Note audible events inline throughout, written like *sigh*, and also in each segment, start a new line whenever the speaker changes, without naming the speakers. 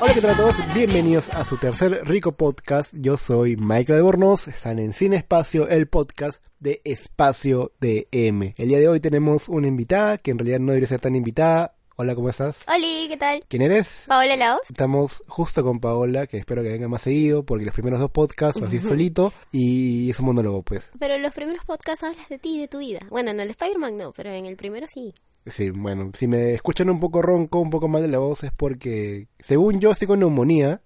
Hola, ¿qué tal a todos? Bienvenidos a su tercer rico podcast. Yo soy Michael Albornoz. Están en Cine Espacio, el podcast de Espacio DM. El día de hoy tenemos una invitada que en realidad no debería ser tan invitada. Hola, ¿cómo estás?
Oli, ¿qué tal?
¿Quién eres?
Paola Laos.
Estamos justo con Paola, que espero que venga más seguido, porque los primeros dos podcasts así solito y es un monólogo, pues.
Pero en los primeros podcasts hablas de ti y de tu vida. Bueno, en el Spider-Man no, pero en el primero sí.
Sí, bueno, si me escuchan un poco ronco, un poco mal de la voz, es porque, según yo, estoy con neumonía,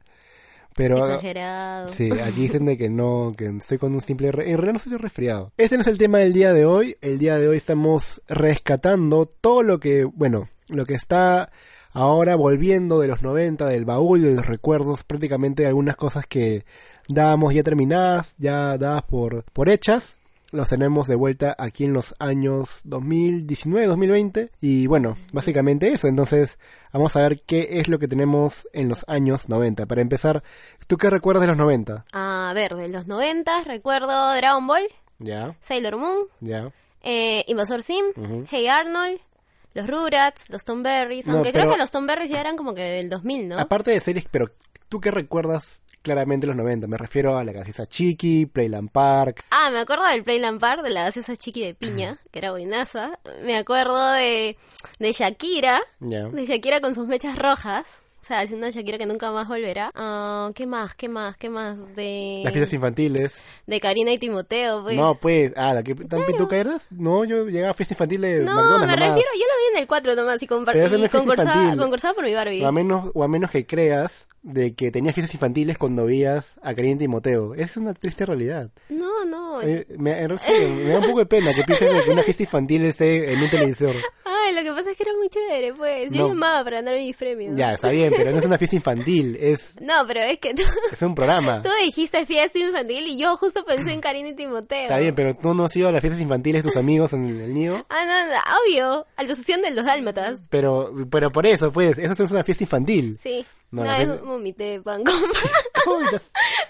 pero...
Exagerado.
Ah, Sí, aquí dicen de que no, que estoy con un simple... re- En realidad no estoy resfriado. Ese no es el tema del día de hoy. El día de hoy estamos rescatando todo lo que, bueno, lo que está ahora volviendo de los 90, del baúl, de los recuerdos, prácticamente algunas cosas que dábamos ya terminadas, ya dadas por, por hechas. Los tenemos de vuelta aquí en los años 2019, 2020. Y bueno, básicamente eso. Entonces, vamos a ver qué es lo que tenemos en los años 90. Para empezar, ¿tú qué recuerdas de los 90?
A ver, de los 90 recuerdo Dragon Ball,
Ya,
Sailor Moon,
ya.
eh, Invasor Sim, Hey Arnold, los Rugrats, los Tom Berries.
No,
aunque
pero-
creo que los Tom Berries ya eran como que del 2000, ¿no?
Aparte de series, pero ¿tú qué recuerdas claramente los 90? Me refiero a la casita Chiqui, Playland Park.
Ah, me acuerdo del Playland Park, de la gaseosa chiqui de piña, que era buenaza. Me acuerdo de, de Shakira,
Ya.
de Shakira con sus mechas rojas. O sea, es una Shakira que nunca más volverá. Ah, ¿Qué más? ¿Qué más? ¿Qué más? De...
Las fiestas infantiles.
De Karina y Timoteo, pues.
No, pues, ah, ¿la que tan pituca eras? No, yo llegaba a fiesta infantil de
No,
McDonald's
me
nomás.
refiero, yo lo vi en el 4 nomás y, compar-
Pero eso no
y
es fiesta
concursaba,
infantil.
concursaba por mi Barbie.
O a, menos, o a menos que creas de que tenías fiestas infantiles cuando veías a Karina y Timoteo. Es una triste realidad.
No, no.
Eh, me, en serio, me da un poco de pena que piensen que una fiesta infantil esté en un televisor.
Ay, lo que pasa es que era muy chévere, pues. Yo
No.
llamaba para ganar mis premios.
Ya, está bien, pero no es una fiesta infantil, es,
No, pero es
*laughs*
que tú,
es un programa.
tú dijiste fiesta infantil y yo justo pensé en Karina y Timoteo.
Está bien, pero tú no has ido a las fiestas infantiles tus amigos en el nido.
Ah, no, no, obvio. A la asociación de los dálmatas.
Pero, pero por eso, pues, eso es una fiesta infantil.
Sí.
No,
No,
la
Una
fiesta-
vez vomité pan con
Uy, ya-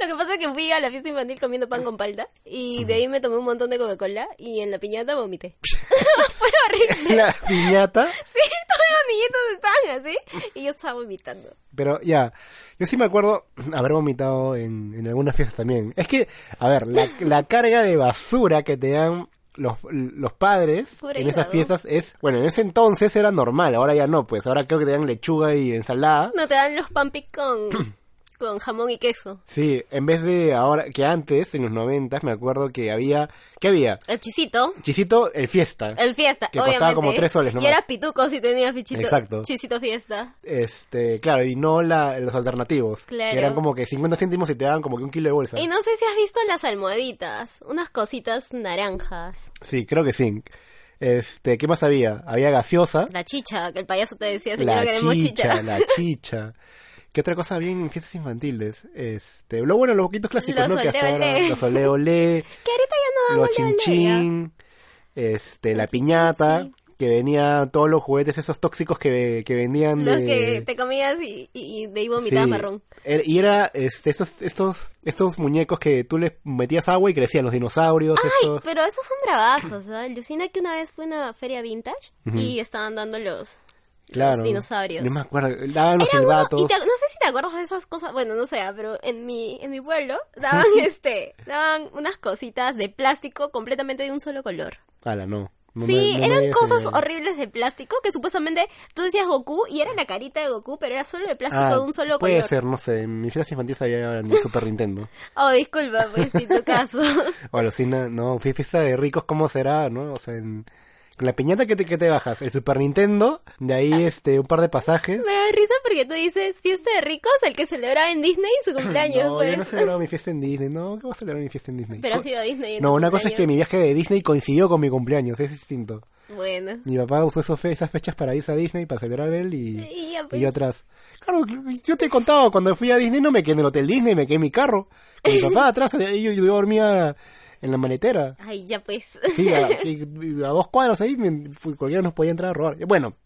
Lo que pasa es que fui a la fiesta infantil comiendo pan con palta y de ahí me tomé un montón de Coca-Cola y en la piñata
*laughs*
vomité. Fue horrible.
la piñata.
Sí, todos los niñitos estaban así y yo estaba vomitando.
Pero ya, yo sí me acuerdo haber vomitado en, en algunas fiestas también. Es que, a ver,
*laughs*
la, la carga de basura que te dan los, los padres
Pobre
en esas
hígado.
fiestas es, bueno, en ese entonces era normal, ahora ya no, pues ahora creo que te dan lechuga y ensalada.
No te dan los pancakes
*clears throat*
con, con jamón y queso.
Sí, en vez de ahora, que antes, en los noventas, me acuerdo que había, ¿qué había?
El chisito,
Chisito, el fiesta.
el fiesta,
Que
obviamente. ¿eh?
costaba como tres soles
Y
nomás.
eras pituco si tenías pichito,
Exacto.
chisito fiesta.
Este, claro, y no la, los alternativos.
Claro.
Que eran como que 50 céntimos y te daban como que un kilo de bolsa.
Y no sé si has visto las almohaditas, unas cositas naranjas.
Sí, creo que sí. Este, ¿qué más había? Había gaseosa,
La chicha, que el payaso te decía, señora,
la
queremos
chicha,
chicha.
la chicha. ¿Qué otra cosa había en fiestas infantiles? Este, lo bueno, los boquitos clásicos,
Los
¿no? Que hasta
ole,
ahora,
ole.
los ole
*laughs*
ole,
Que ahorita ya no damos
los chin chin, este, la piñata, que venía todos los juguetes esos tóxicos que, que vendían
Los
de-
que te comías y, y, y de ahí vomitabas
Sí.
marrón.
Era- y era este, estos, estos, estos muñecos que tú les metías agua y crecían los dinosaurios,
Ay, pues,
estos.
pero esos son bravazos, ¿ah? Alucina que una vez fue una feria vintage y estaban dando los,
Claro.
los dinosaurios.
No me acuerdo. Daban los
Era uno-
silbatos.
y te- no sé si te acuerdas de esas cosas, bueno, no sé, ah, pero en mi, en mi pueblo
*laughs*
daban este, daban unas cositas de plástico completamente de un solo color.
Ala, no. No
sí,
me- no me
eran
digas
cosas
que-
horribles de plástico que supuestamente tú decías Goku y era la carita de Goku, pero era solo de plástico
Ah,
de un solo
puede
color.
ser, no sé. En mis fiestas infantiles había en el Super Nintendo.
Oh, disculpa, pues, en
*laughs*
tu caso.
O alucina, no, fui fiesta de ricos, ¿cómo será, no? O sea, en- con la piñata que te, que te bajas, el Super Nintendo, de ahí
Ah.
este, un par de pasajes.
Me da risa porque tú dices fiesta de ricos, el que celebraba en Disney su
*laughs*
cumpleaños,
No,
pues.
yo no celebraba mi fiesta en Disney, no, ¿qué voy a celebrar mi fiesta en Disney?
Pero ha
Co-
sido Disney. en
No,
tu
una cosa es que
cumpleaños.
mi viaje de Disney coincidió con mi cumpleaños, es distinto.
Bueno.
Mi papá usó esos fe- esas fechas para irse a Disney, para celebrar él y,
Y ya,
y
pues.
yo atrás. Claro, yo te he contado, cuando fui a Disney no me quedé en el hotel Disney, me quedé en mi carro.
*laughs*
Con mi papá atrás, y yo, yo dormía en la maletera.
Ay, ya pues.
Sí, a, y- a dos cuadros ahí, me- cualquiera nos podía entrar a robar. Bueno,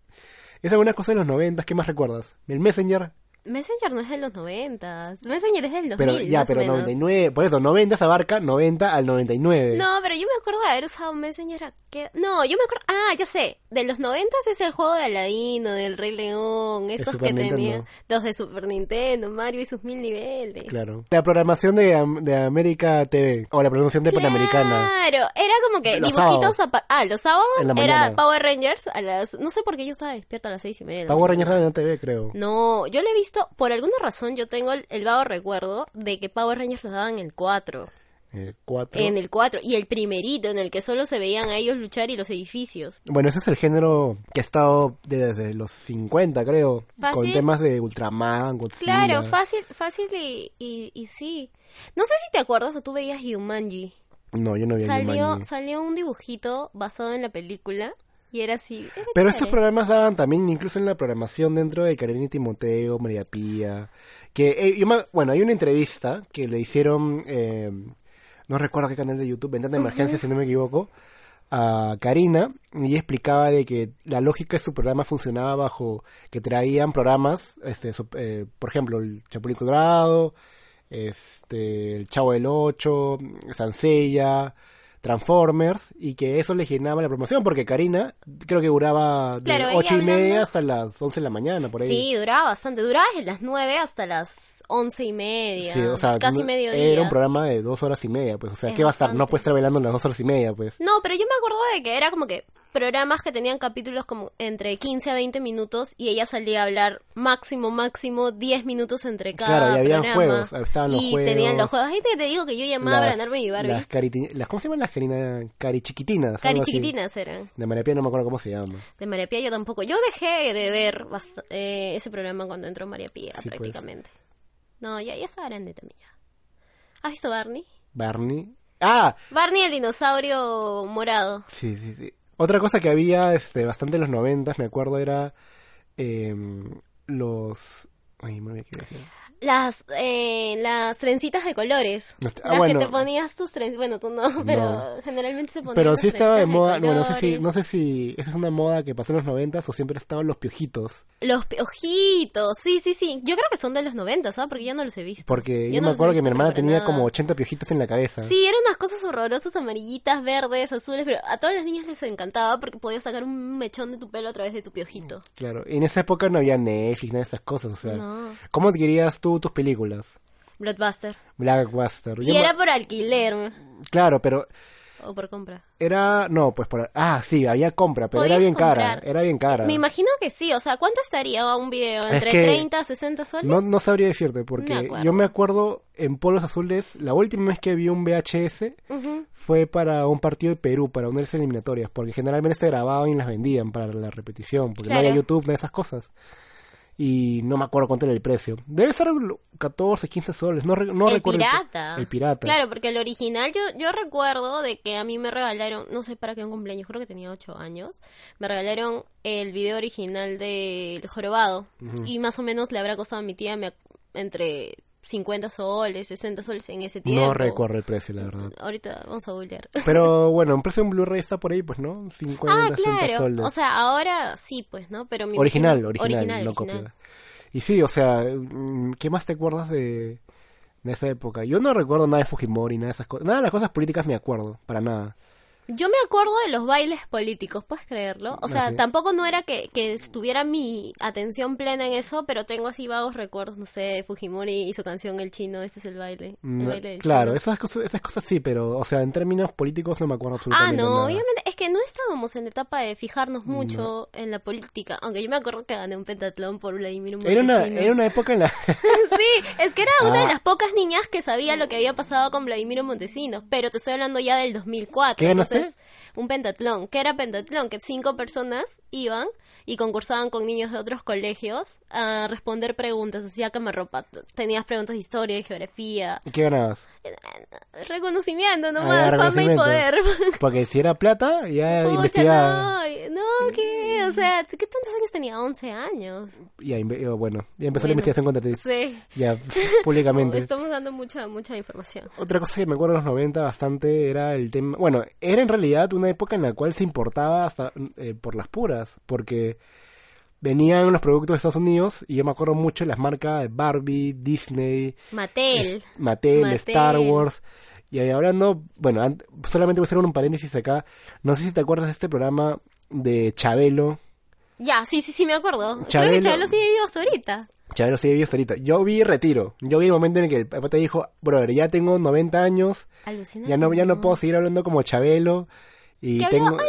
esa es una cosa de los noventas, ¿qué más recuerdas? El Messenger,
*laughs* Messenger no es de los noventas. Messenger es del 2000,
Pero ya,
más o
pero
menos.
99, por eso 90 se abarca 90 al 99.
No, pero yo me acuerdo de haber usado Messenger a qué- No, yo me acuerdo... Ah, ya sé. De los noventas es el juego de Aladino, del Rey León, estos
Super
que tenían...
Nintendo.
Los de Super Nintendo, Mario y sus mil niveles.
Claro. La programación de, Am- de América TV o la programación de Panamericana.
Claro, era como que
Los
dibujitos
sábados.
apa- Ah, los sábados
En la mañana.
era Power Rangers a las... No sé por qué yo estaba despierta a las seis y media. de la
Power
mañana.
Rangers Radio TV, creo.
No, yo lo he visto, por alguna razón yo tengo el, el vago recuerdo de que Power Rangers los daban en el 4.
Eh, cuatro.
En el 4. Y el primerito, en el que solo se veían a ellos luchar y los edificios.
Bueno, ese es el género que ha estado desde los 50, creo.
Fácil.
Con temas de Ultraman, Godzilla.
Claro, fácil, fácil y, y, y sí. No sé si te acuerdas o tú veías Yumanji.
No, yo no vi a
Salió,
Jumanji.
salió un dibujito basado en la película y era así. era
Pero
chévere.
estos programas daban también, incluso en la programación dentro de Karen y Timoteo, María Pía. Que, eh, yo me- bueno, hay una entrevista que le hicieron, eh, no recuerdo qué canal de YouTube, Ventana de Emergencia, si no me equivoco, a Karina. Y ella explicaba de que la lógica de su programa funcionaba bajo que traían programas, este, su- eh, por ejemplo, el Chapulín Cuadrado, este, el Chavo del Ocho, Sansella, Transformers, y que eso les llenaba la promoción, porque Karina creo que duraba de
Claro, ella
ocho y media
hablando-
hasta las 11 de la mañana, por ahí.
Sí, duraba bastante. Duraba desde las 9 hasta las once y media.
Sí, o sea,
casi
no-
mediodía.
Era un programa de dos horas y media, pues, o sea,
Es
¿qué va a estar? No
bastante.
puede estar velando en las dos horas y media, pues.
No, pero yo me acuerdo de que era como que programas que tenían capítulos como entre 15 a 20 minutos y ella salía a hablar máximo, máximo 10 minutos entre cada
Claro, y habían
programa.
juegos, estaban los
y tenían los
juegos.
juegos. Ahí te, te digo que yo llamaba para ganarme mi Barbie.
las cariti- las- ¿Cómo se llaman las carina, carichiquitinas?
Cari
algo así?
chiquitinas eran.
De María Pía no me acuerdo cómo se llama.
De María Pía yo tampoco. Yo dejé de ver bast- eh, ese programa cuando entró María Pía
Sí, pues.
prácticamente. No, ya, ya estaba grande también ya. ¿Has visto Barney?
Barney. ¡Ah!
Barney el dinosaurio morado.
Sí, sí, sí. Otra cosa que había este, bastante en los noventas, me acuerdo, era eh, los... Ay, me olvidé qué iba a decir.
Las, eh, las trencitas de colores.
Las- ah,
las
bueno.
que te ponías tus trencitas. Bueno, tú no, pero generalmente se ponían.
Pero
las
sí estaba de
trencitas
moda, bueno, no sé si,
colores.
no sé si esa es una moda que pasó en los noventas o siempre estaban los piojitos.
Los ojitos, sí, sí, sí. Yo creo que son de los 90, ¿sabes? Porque yo no los he visto.
Porque
no
yo, me
los he
acuerdo que
visto,
mi hermana
pero para
tenía
nada.
como 80 piojitos en la cabeza.
Sí, eran unas cosas horrorosas, amarillitas, verdes, azules, pero a todas las niñas les encantaba porque podías sacar un mechón de tu pelo a través de tu piojito.
Claro, y en esa época no había Netflix, nada de esas cosas, o sea,
No.
¿cómo adquirías tú tus películas?
Blockbuster.
Blackbuster. Yo
Y
me-
era por alquiler
Claro, pero
o por compra.
era, no, pues por, ah, sí, había compra, pero era
Podías
bien cara,
comprar.
era bien cara.
Me imagino que sí, o sea, ¿cuánto estaría un video?
Es
¿Entre
que-
30, 60 soles?
No, no sabría decirte, porque
Me acuerdo.
yo me acuerdo en Polos Azules, la última vez que vi un VHS
Ujú.
fue para un partido de Perú, para unas eliminatorias, porque generalmente se grababan y las vendían para la repetición, porque no
Claro.
había YouTube, nada de esas cosas. Y no me acuerdo cuánto era el precio. Debe ser lo- 14, 15 soles, no, re- no
el
recuerdo. pre-
pirata.
El pirata.
Claro, porque el original yo, yo recuerdo de que a mí me regalaron, no sé para qué un cumpleaños, creo que tenía ocho años, me regalaron el video original del jorobado y más o menos le habrá costado a mi tía me ac- entre 50 soles, 60 soles en ese tiempo.
no recuerdo el precio, la verdad.
Ahorita vamos a googlear.
Pero bueno, un precio de un Blu-ray está por ahí, pues, ¿no? 50,
Ah,
60
claro.
soles.
O sea, ahora sí, pues, ¿no? Pero mi
original, original,
original,
no
original.
copia. Y sí, o sea, mm, ¿qué más te acuerdas de, de esa época? Yo no recuerdo nada de Fujimori, nada de esas cosas. Nada de las cosas políticas me acuerdo, para nada.
Yo me acuerdo de los bailes políticos, ¿puedes creerlo? O sea,
Ah, sí.
tampoco no era que, que estuviera mi atención plena en eso, pero tengo así vagos recuerdos, no sé, Fujimori y su canción El Chino, este es el baile. el
No,
baile del
claro,
chino.
esas cosas, esas cosas sí, pero, o sea, en términos políticos no me acuerdo
Ah,
absolutamente
no,
nada.
obviamente, es que no estábamos en la etapa de fijarnos mucho en la política, aunque yo me acuerdo que gané un pentatlón por Vladimir
Era una,
Montesinos.
era una época en la... *laughs*
*laughs* sí, es que era una
Ah.
de las pocas niñas que sabía lo que había pasado con Vladimir Montesinos, pero te estoy hablando ya del 2004.
¿Qué ganaste?
Entonces, un pentatlón. ¿Qué era pentatlón? Que cinco personas iban y concursaban con niños de otros colegios a responder preguntas, hacía camarropa. Tenías preguntas de historia, de geografía,
¿Qué ganabas?
reconocimiento
Ah,
nomás,
ya,
fama y
reconocimiento. *laughs*
poder. *laughs*
Porque si era plata, ya
Pucha,
investigaba.
no, no, ¿qué? O sea, ¿qué tantos años tenía? 11 años.
Ya, inve- oh, bueno, ya empezó la
Bueno,
investigación contra ti.
Sí. *laughs*
Ya, públicamente.
Estamos dando mucha, mucha información.
Otra cosa que me acuerdo de los 90 bastante era el tema. Bueno, era en realidad una época en la cual se importaba hasta eh, por las puras, porque venían los productos de Estados Unidos y yo me acuerdo mucho de las marcas de Barbie, Disney,
Mattel.
es- Mattel,
Mattel.
Star Wars. Y ahí hablando, bueno, an- solamente voy a hacer un paréntesis acá. No sé si te acuerdas de este programa de Chabelo.
Ya, sí, sí, sí, me acuerdo. Creo
Chabelo-
que Chabelo sigue vivo hasta ahorita.
Chabelo sigue vivo hasta ahorita. Yo vi retiro. Yo vi el momento en el que el papá te dijo, brother, ya tengo 90 años,
Alucinante.
ya no, ya no puedo seguir hablando como Chabelo. Y
Que habló,
tengo...
"Ay, mamá".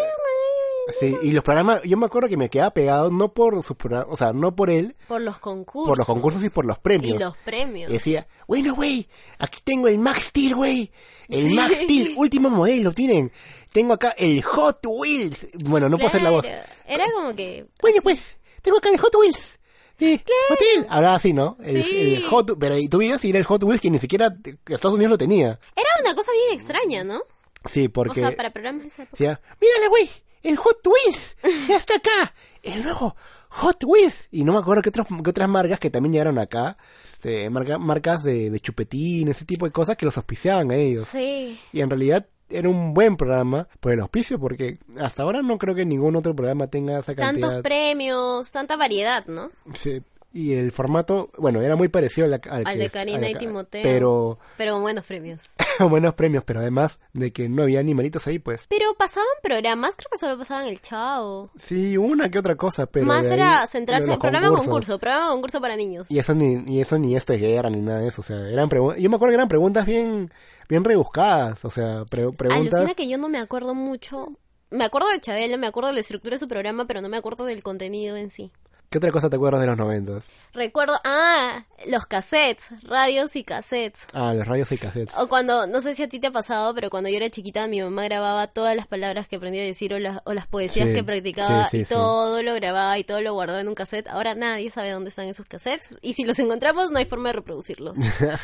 Sí, y los programas, yo me acuerdo que me quedaba pegado no por sus programas, o sea, no por él,
Por los concursos.
por los concursos y por los premios. Este,
Y los premios.
Y decía, bueno, güey, aquí tengo el Max Steel, güey. El Max Steel, último modelo, miren. Tengo acá el Hot Wheels. Bueno, no puedo hacer la voz.
Claro. Era como que.
Bueno, pues, tengo acá el Hot Wheels. Eh, Mattel. Hablaba así, ¿no? El,
Sí.
el Hot, pero y tú veías si era el Hot Wheels que ni siquiera te- que Estados Unidos lo tenía.
Era una cosa bien extraña, ¿no?
Sí, porque...
O sea, para programas de esa época.
Decía, mírale, güey, el Hot Wheels, ya está acá, el nuevo Hot Wheels. Y no me acuerdo qué, otros, qué otras marcas que también llegaron acá, este, marca- marcas de, de chupetín, ese tipo de cosas que los auspiciaban a ellos.
Sí.
Y en realidad era un buen programa por el auspicio, porque hasta ahora no creo que ningún otro programa tenga esa
Tantos
cantidad.
premios, tanta variedad, ¿no?
Sí. Y el formato, bueno, era muy parecido al, al
Al
que
de
es-
Karina
al
y
ca-
Timoteo.
Pero, *laughs*
Pero buenos premios.
buenos premios, pero además de que no había animalitos ahí, pues.
Pero pasaban programas, creo que solo pasaban el chavo.
Sí, una que otra cosa, pero.
Más
de ahí,
era
lo
centrarse
de
en
los
programa
concursos.
concurso, programa concurso para niños.
Y eso ni, y eso ni esto es guerra ni nada de eso, o sea, eran preguntas, yo me acuerdo que eran preguntas bien, bien rebuscadas, o sea, pre-
Alucina
preguntas,
que yo no me acuerdo mucho. Me acuerdo de Chabelo, me acuerdo de la estructura de su programa, pero no me acuerdo del contenido en sí.
¿qué otra cosa te acuerdas de los noventas?
Recuerdo, ah, los cassettes, radios y cassettes.
Ah, los radios y cassettes.
O cuando, no sé si a ti te ha pasado, pero cuando yo era chiquita, mi mamá grababa todas las palabras que aprendí a decir o las, o las poesías
Sí,
que practicaba
sí, sí,
y
sí.
todo lo grababa y todo lo guardaba en un cassette. Ahora nadie sabe dónde están esos cassettes y si los encontramos no hay forma de
*laughs*
reproducirlos.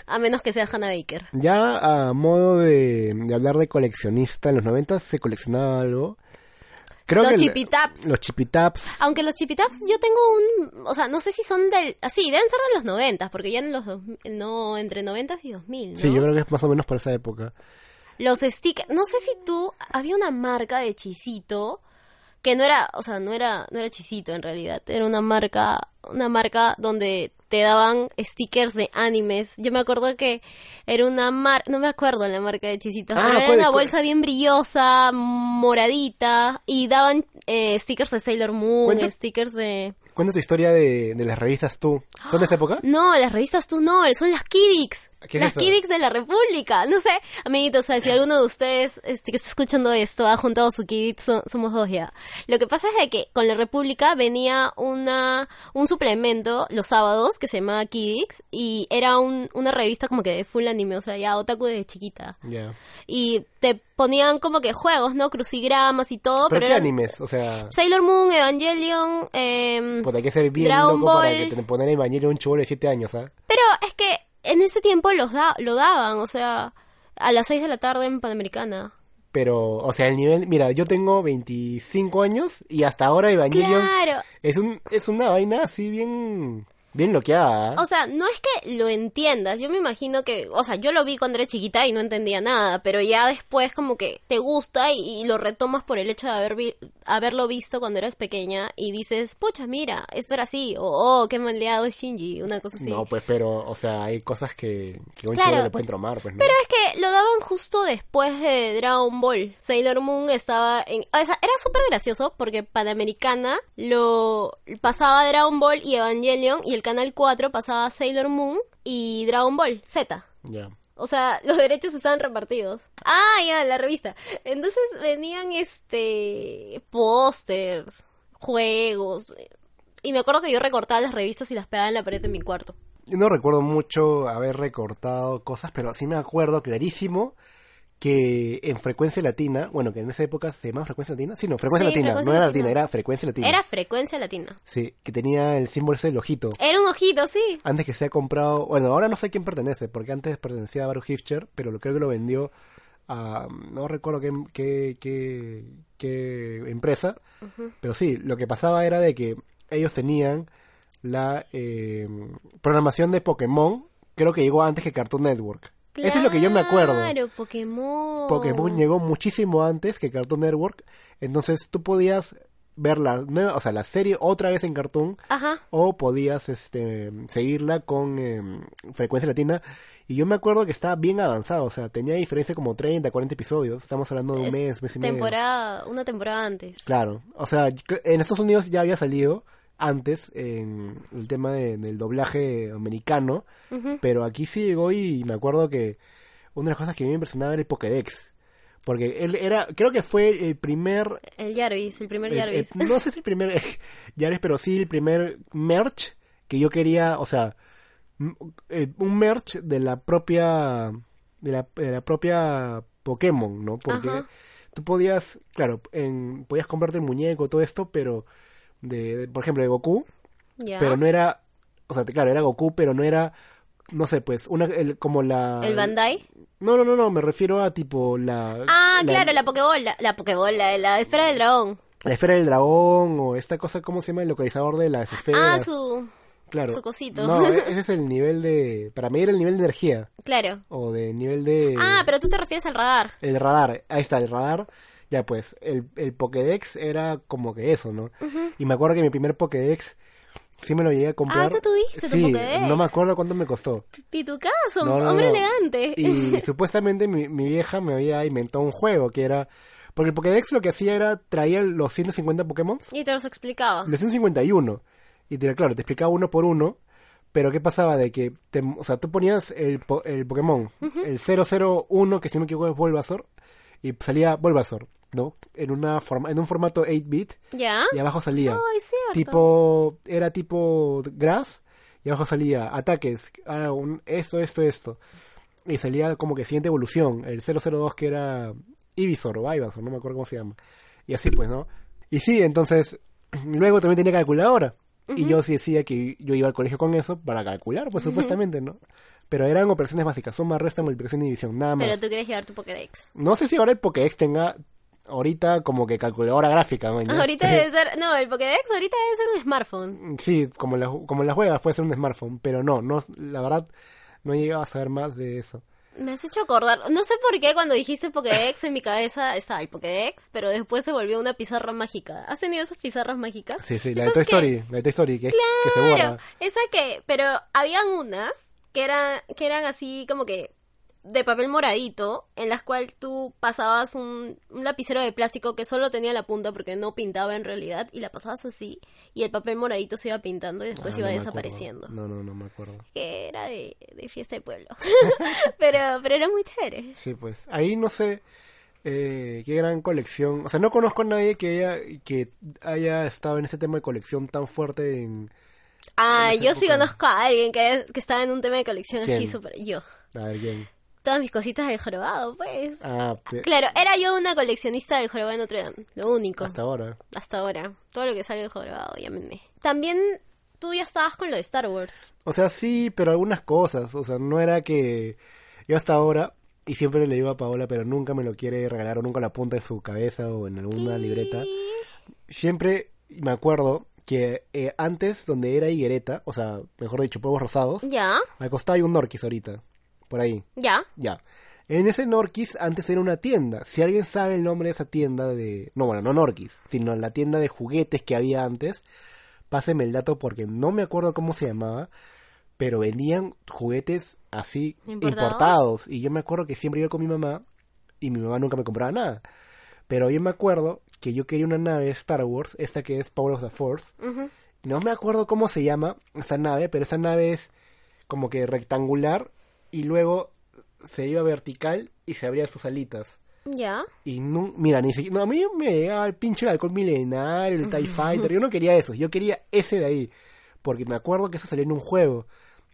a menos que sea Hannah Baker.
Ya a modo de, de hablar de coleccionista, en los noventas se coleccionaba algo. Creo
Los Ah,
que el-
chipitaps.
Los chipitaps.
Aunque los chipitaps yo tengo un... O sea, no sé si son del... ah, Sí, deben ser de los noventas, porque ya en los... dos- No, entre noventas y dos mil, ¿no?
Sí, yo creo que es más o menos por esa época.
Los stickers... No sé si tú... Había una marca de chisito que no era... O sea, no era, no era chisito en realidad. Era una marca... Una marca donde te daban stickers de animes. Yo me acuerdo que era una marca... No me acuerdo la marca de chisitos.
Ah,
pero era
puede-
una
puede-
bolsa bien brillosa, moradita. Y daban eh, stickers de Sailor Moon,
Cuenta-
stickers de...
Cuenta tu historia de, de las revistas tú. ¿Son de
*gasps*
esa época?
No, las revistas tú no, son las Kidix.
¿Qué es
las
eso?
Kidix de la República. No sé, amiguitos, o sea, si alguno de ustedes este, que está escuchando esto ha juntado su Kidix, so- somos dos ya. Lo que pasa es de que con la República venía una un suplemento los sábados que se llamaba Kidix y era un- una revista como que de full anime, o sea, ya otaku desde chiquita.
Ya.
Y te ponían como que juegos, ¿no? Crucigramas y todo. Pero,
¿Pero qué
eran
animes? O sea,
Sailor Moon, Evangelion, em,
pues hay que ser bien
Dragon
loco para que
Ball.
te pongan el bañero un chulo de 7 años, ¿ah?
Pero es que en ese tiempo los da lo daban, o sea, a las 6 de la tarde en Panamericana.
Pero, o sea, el nivel, mira, yo tengo 25 años y hasta ahora Evangelion
Claro.
es un es una vaina así bien bien loqueada. ¿eh?
O sea, no es que lo entiendas, yo me imagino que, o sea, yo lo vi cuando era chiquita y no entendía nada, pero ya después como que te gusta y, y lo retomas por el hecho de haber vi- haberlo visto cuando eras pequeña y dices, pucha, mira, esto era así, o oh, qué maldeado es Shinji, una cosa así.
No, pues, pero, o sea, hay cosas que, que un
Claro.
chulo le pueden tromar, pues, ¿no?
Pero es que lo daban justo después de Dragon Ball. Sailor Moon estaba en... O sea, era súper gracioso porque Panamericana lo pasaba Dragon Ball y Evangelion y el Canal 4 pasaba Sailor Moon y Dragon Ball Z.
Ya.
O sea, *laughs* los derechos estaban repartidos. Ah, ya, la revista. Entonces venían este pósters, juegos. Y me acuerdo que yo recortaba las revistas y las pegaba en la pared de mi cuarto.
Yo no recuerdo mucho haber recortado cosas, pero sí me acuerdo clarísimo que en Frecuencia Latina, bueno, que en esa época se llamaba Frecuencia Latina, sí, no, Frecuencia
Sí,
Latina,
Frecuencia
no era
Latina.
Latina, era Frecuencia Latina.
Era frecuencia latina.
Sí, que tenía el símbolo ese del ojito.
Era un ojito, sí.
antes que sea comprado, bueno, ahora no sé a quién pertenece, porque antes pertenecía a Baruch Hifcher, pero lo- creo que lo vendió a, no recuerdo qué, qué, qué- qué empresa, pero sí, lo que pasaba era de que ellos tenían la eh, programación de Pokémon, creo que llegó antes que Cartoon Network. Eso es lo que yo me acuerdo.
Claro, Pokémon.
Pokémon llegó muchísimo antes que Cartoon Network, entonces tú podías ver la nueva, o sea, la serie otra vez en cartoon
Ajá.
o podías este seguirla con eh, frecuencia latina y yo me acuerdo que estaba bien avanzado, o sea, tenía diferencia como 30, 40 episodios, estamos hablando de un
Es
mes, mes y medio.
Temporada, una temporada antes.
Claro, o sea, en Estados Unidos ya había salido antes en el tema de- del doblaje americano, pero aquí sí llegó y me acuerdo que una de las cosas que me impresionaba era el Pokédex, porque él era, creo que fue el primer,
El Jarvis, el primer
el- el-
Jarvis.
Eh, no sé si el primer *laughs* Jarvis, pero sí el primer merch que yo quería, o sea, m- eh, un merch de la propia, de la, de la propia Pokémon, ¿no? Porque
Ajá.
tú podías, claro, en, podías comprarte el muñeco, todo esto, pero, de, de- por ejemplo, de Goku,
Ya.
pero no era, o sea, claro, era Goku, pero no era, no sé, pues, una, el- como la...
El Bandai.
No, no, no, no, me refiero a tipo la...
Ah, claro, la Pokébola. La Pokébola, la esfera del dragón.
la esfera del dragón o esta cosa, ¿cómo se llama? El localizador de las esferas.
Ah, su.
claro.
su cosito. *laughs*
No, e- ese es el nivel de... Para medir el nivel de energía
Claro.
o de nivel de...
Ah, pero tú te refieres al radar.
El radar, ahí está, el radar. Ya pues, el, el Pokédex era como que eso, ¿no? Y me acuerdo que mi primer Pokédex sí me lo llegué a comprar.
Ah, ¿tú tuviste tu
sí,
Pokédex?
No me acuerdo cuánto me costó.
Pitucazo,
No, no,
hombre
no.
elegante.
Y supuestamente mi, mi vieja me había inventado un juego que era. Porque el Pokédex lo que hacía era traía los 150 Pokémon.
*laughs* Y te los explicaba.
Los 151. Y te, claro, te explicaba uno por uno. Pero ¿qué pasaba? De que, te- o sea, tú ponías el, po- el Pokémon, el 001, que si no me equivoco es Bulbasaur, y salía Bulbasaur, ¿no? En, una forma, en un formato 8-bit,
¿Ya?
y abajo salía.
Ah. Ay, cierto.
Tipo, era tipo grass, y abajo salía ataques, ah, un- esto, esto, esto. Y salía como que siguiente evolución, el 002 que era Ibisor o Ibisor, no me acuerdo cómo se llama. Y así pues, ¿no? Y sí, entonces, *clears throat* luego también tenía calculadora. Y yo sí decía que yo iba al colegio con eso para calcular, pues supuestamente, ¿no? Pero eran operaciones básicas, suma, resta, multiplicación y división, nada más.
Pero tú quieres llevar tu Pokédex.
No sé si ahora el Pokédex tenga ahorita como que calculadora gráfica, ¿no?
Ahorita
*laughs*
debe ser. No, el Pokédex ahorita debe ser un smartphone.
Sí, como la, como la juega, puede ser un smartphone, pero no, no, la verdad, no llegaba a saber más de eso.
Me has hecho acordar. No sé por qué cuando dijiste Pokédex en mi cabeza estaba el Pokédex, pero después se volvió una pizarra mágica. ¿Has tenido esas pizarras mágicas?
Sí, sí, la de
Esas
Toy
que-
Story, la de Toy Story, que, es- que se borra.
Claro, esa que, pero habían unas que eran, que eran así como que de papel moradito, en las cuales tú pasabas un, un lapicero de plástico que solo tenía la punta porque no pintaba en realidad, y la pasabas así, y el papel moradito se iba pintando y después Pues
Ah, no
iba
me
desapareciendo.
acuerdo. No, no, no
*laughs*
me acuerdo.
Que era de, de fiesta de pueblo. *laughs* pero, pero era muy chévere.
Sí, pues, ahí no sé eh, qué gran colección, o sea, no conozco a nadie que haya, que haya estado en este tema de colección tan fuerte en...
Ah,
esa
yo sí
época.
conozco a alguien que, que estaba en un tema de colección así
¿Quién?
súper. Yo.
A ver, ¿quién?
Todas mis cositas del jorobado, pues.
Ah, pe-
Claro, era yo una coleccionista del jorobado de Notre Dame, lo único,
hasta
hasta,
ahora.
ahora. Todo lo que sale del jorobado, llámenme. También tú ya estabas con lo de Star Wars.
O sea, sí, pero algunas cosas. O sea, no era que yo hasta ahora, y siempre le digo a Paola, pero nunca me lo quiere regalar o nunca la apunta en su cabeza o en alguna libreta. Siempre me acuerdo que eh, antes, donde era Higuereta, o sea, mejor dicho, Pueblos Rosados,
Ya,
al costado hay un Norquis ahorita, por ahí.
ya.
Ya. En ese Norquis antes era una tienda. Si alguien sabe el nombre de esa tienda de... No, bueno, no Norquis, sino la tienda de juguetes que había antes. Páseme el dato porque no me acuerdo cómo se llamaba. Pero venían juguetes así
¿Importados?
importados. Y yo me acuerdo que siempre iba con mi mamá y mi mamá nunca me compraba nada. Pero yo me acuerdo que yo quería una nave de Star Wars, esta que es Power of the Force.
Ujú.
No me acuerdo cómo se llama esa nave, pero esa nave es como que rectangular y luego se iba vertical y se abrían sus alitas.
Ya.
Y no, mira, ni siquiera, no, a mí me llegaba el pinche alcohol milenario, el TIE Fighter, yo no quería eso, yo quería ese de ahí, porque me acuerdo que eso salió en un juego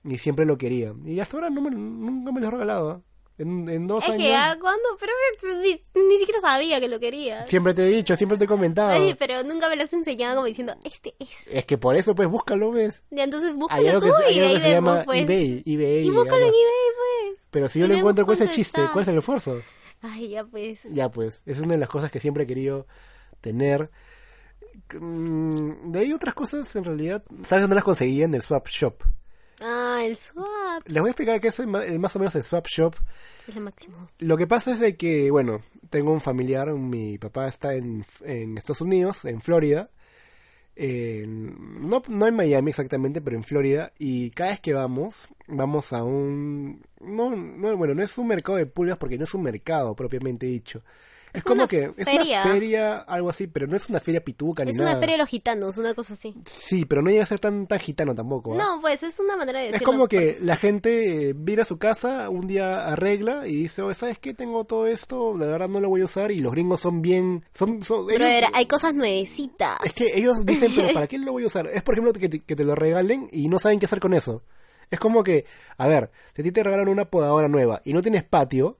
y siempre lo quería. Y hasta ahora no me, nunca me lo he regalado, ¿ah? en, en dos
es
años.
que ya cuando, pero me- ni, ni siquiera sabía que lo querías.
Siempre te he dicho, siempre te he comentado.
Ay, pero nunca me lo has enseñado como diciendo, este es.
Es que por eso, pues, búscalo, ¿ves?
Ya, entonces
Hay
búscalo
algo
tú
que, hay
y de
algo
ahí
que se
vemos,
llama
pues.
eBay, eBay.
y búscalo en
algo.
eBay, pues.
Pero si yo
y
lo
vemos
encuentro, ¿cuál es el
cuánto
chiste?
está.
¿Cuál es el esfuerzo?
Ay, ya pues.
Ya pues, es una de las cosas que siempre he querido tener. Mm, De ahí otras cosas en realidad. ¿Sabes dónde las conseguía? En el Swap Shop.
Ah, el swap.
Les voy a explicar qué es el, ma- el más o menos el Swap Shop.
Es lo máximo.
Lo que pasa es de que, bueno, tengo un familiar, mi papá está en, en Estados Unidos, en Florida, eh, no, no en Miami exactamente, pero en Florida. Y cada vez que vamos, vamos a un... No, no, bueno, no es un mercado de pulgas porque no es un mercado propiamente dicho. Es, como
una
que es
feria.
una feria, algo así, pero no es una feria pituca ni
Es
nada.
una feria de los gitanos, una cosa así.
Sí, pero no llega a ser tan, tan gitano tampoco. ¿ah?
No, pues es una manera de
Es
decirlo.
como que
pues.
la gente eh, viene a su casa, un día arregla y dice, oh, ¿sabes qué? Tengo todo esto, la verdad no lo voy a usar y los gringos son bien... Son, son-
Pero
ellos-
era- hay cosas nuevecitas.
es que ellos dicen, pero *laughs* ¿para qué lo voy a usar? Es, por ejemplo, que te, que te lo regalen y no saben qué hacer con eso. Es como que, a ver, si a ti te regalan una podadora nueva y no tienes patio,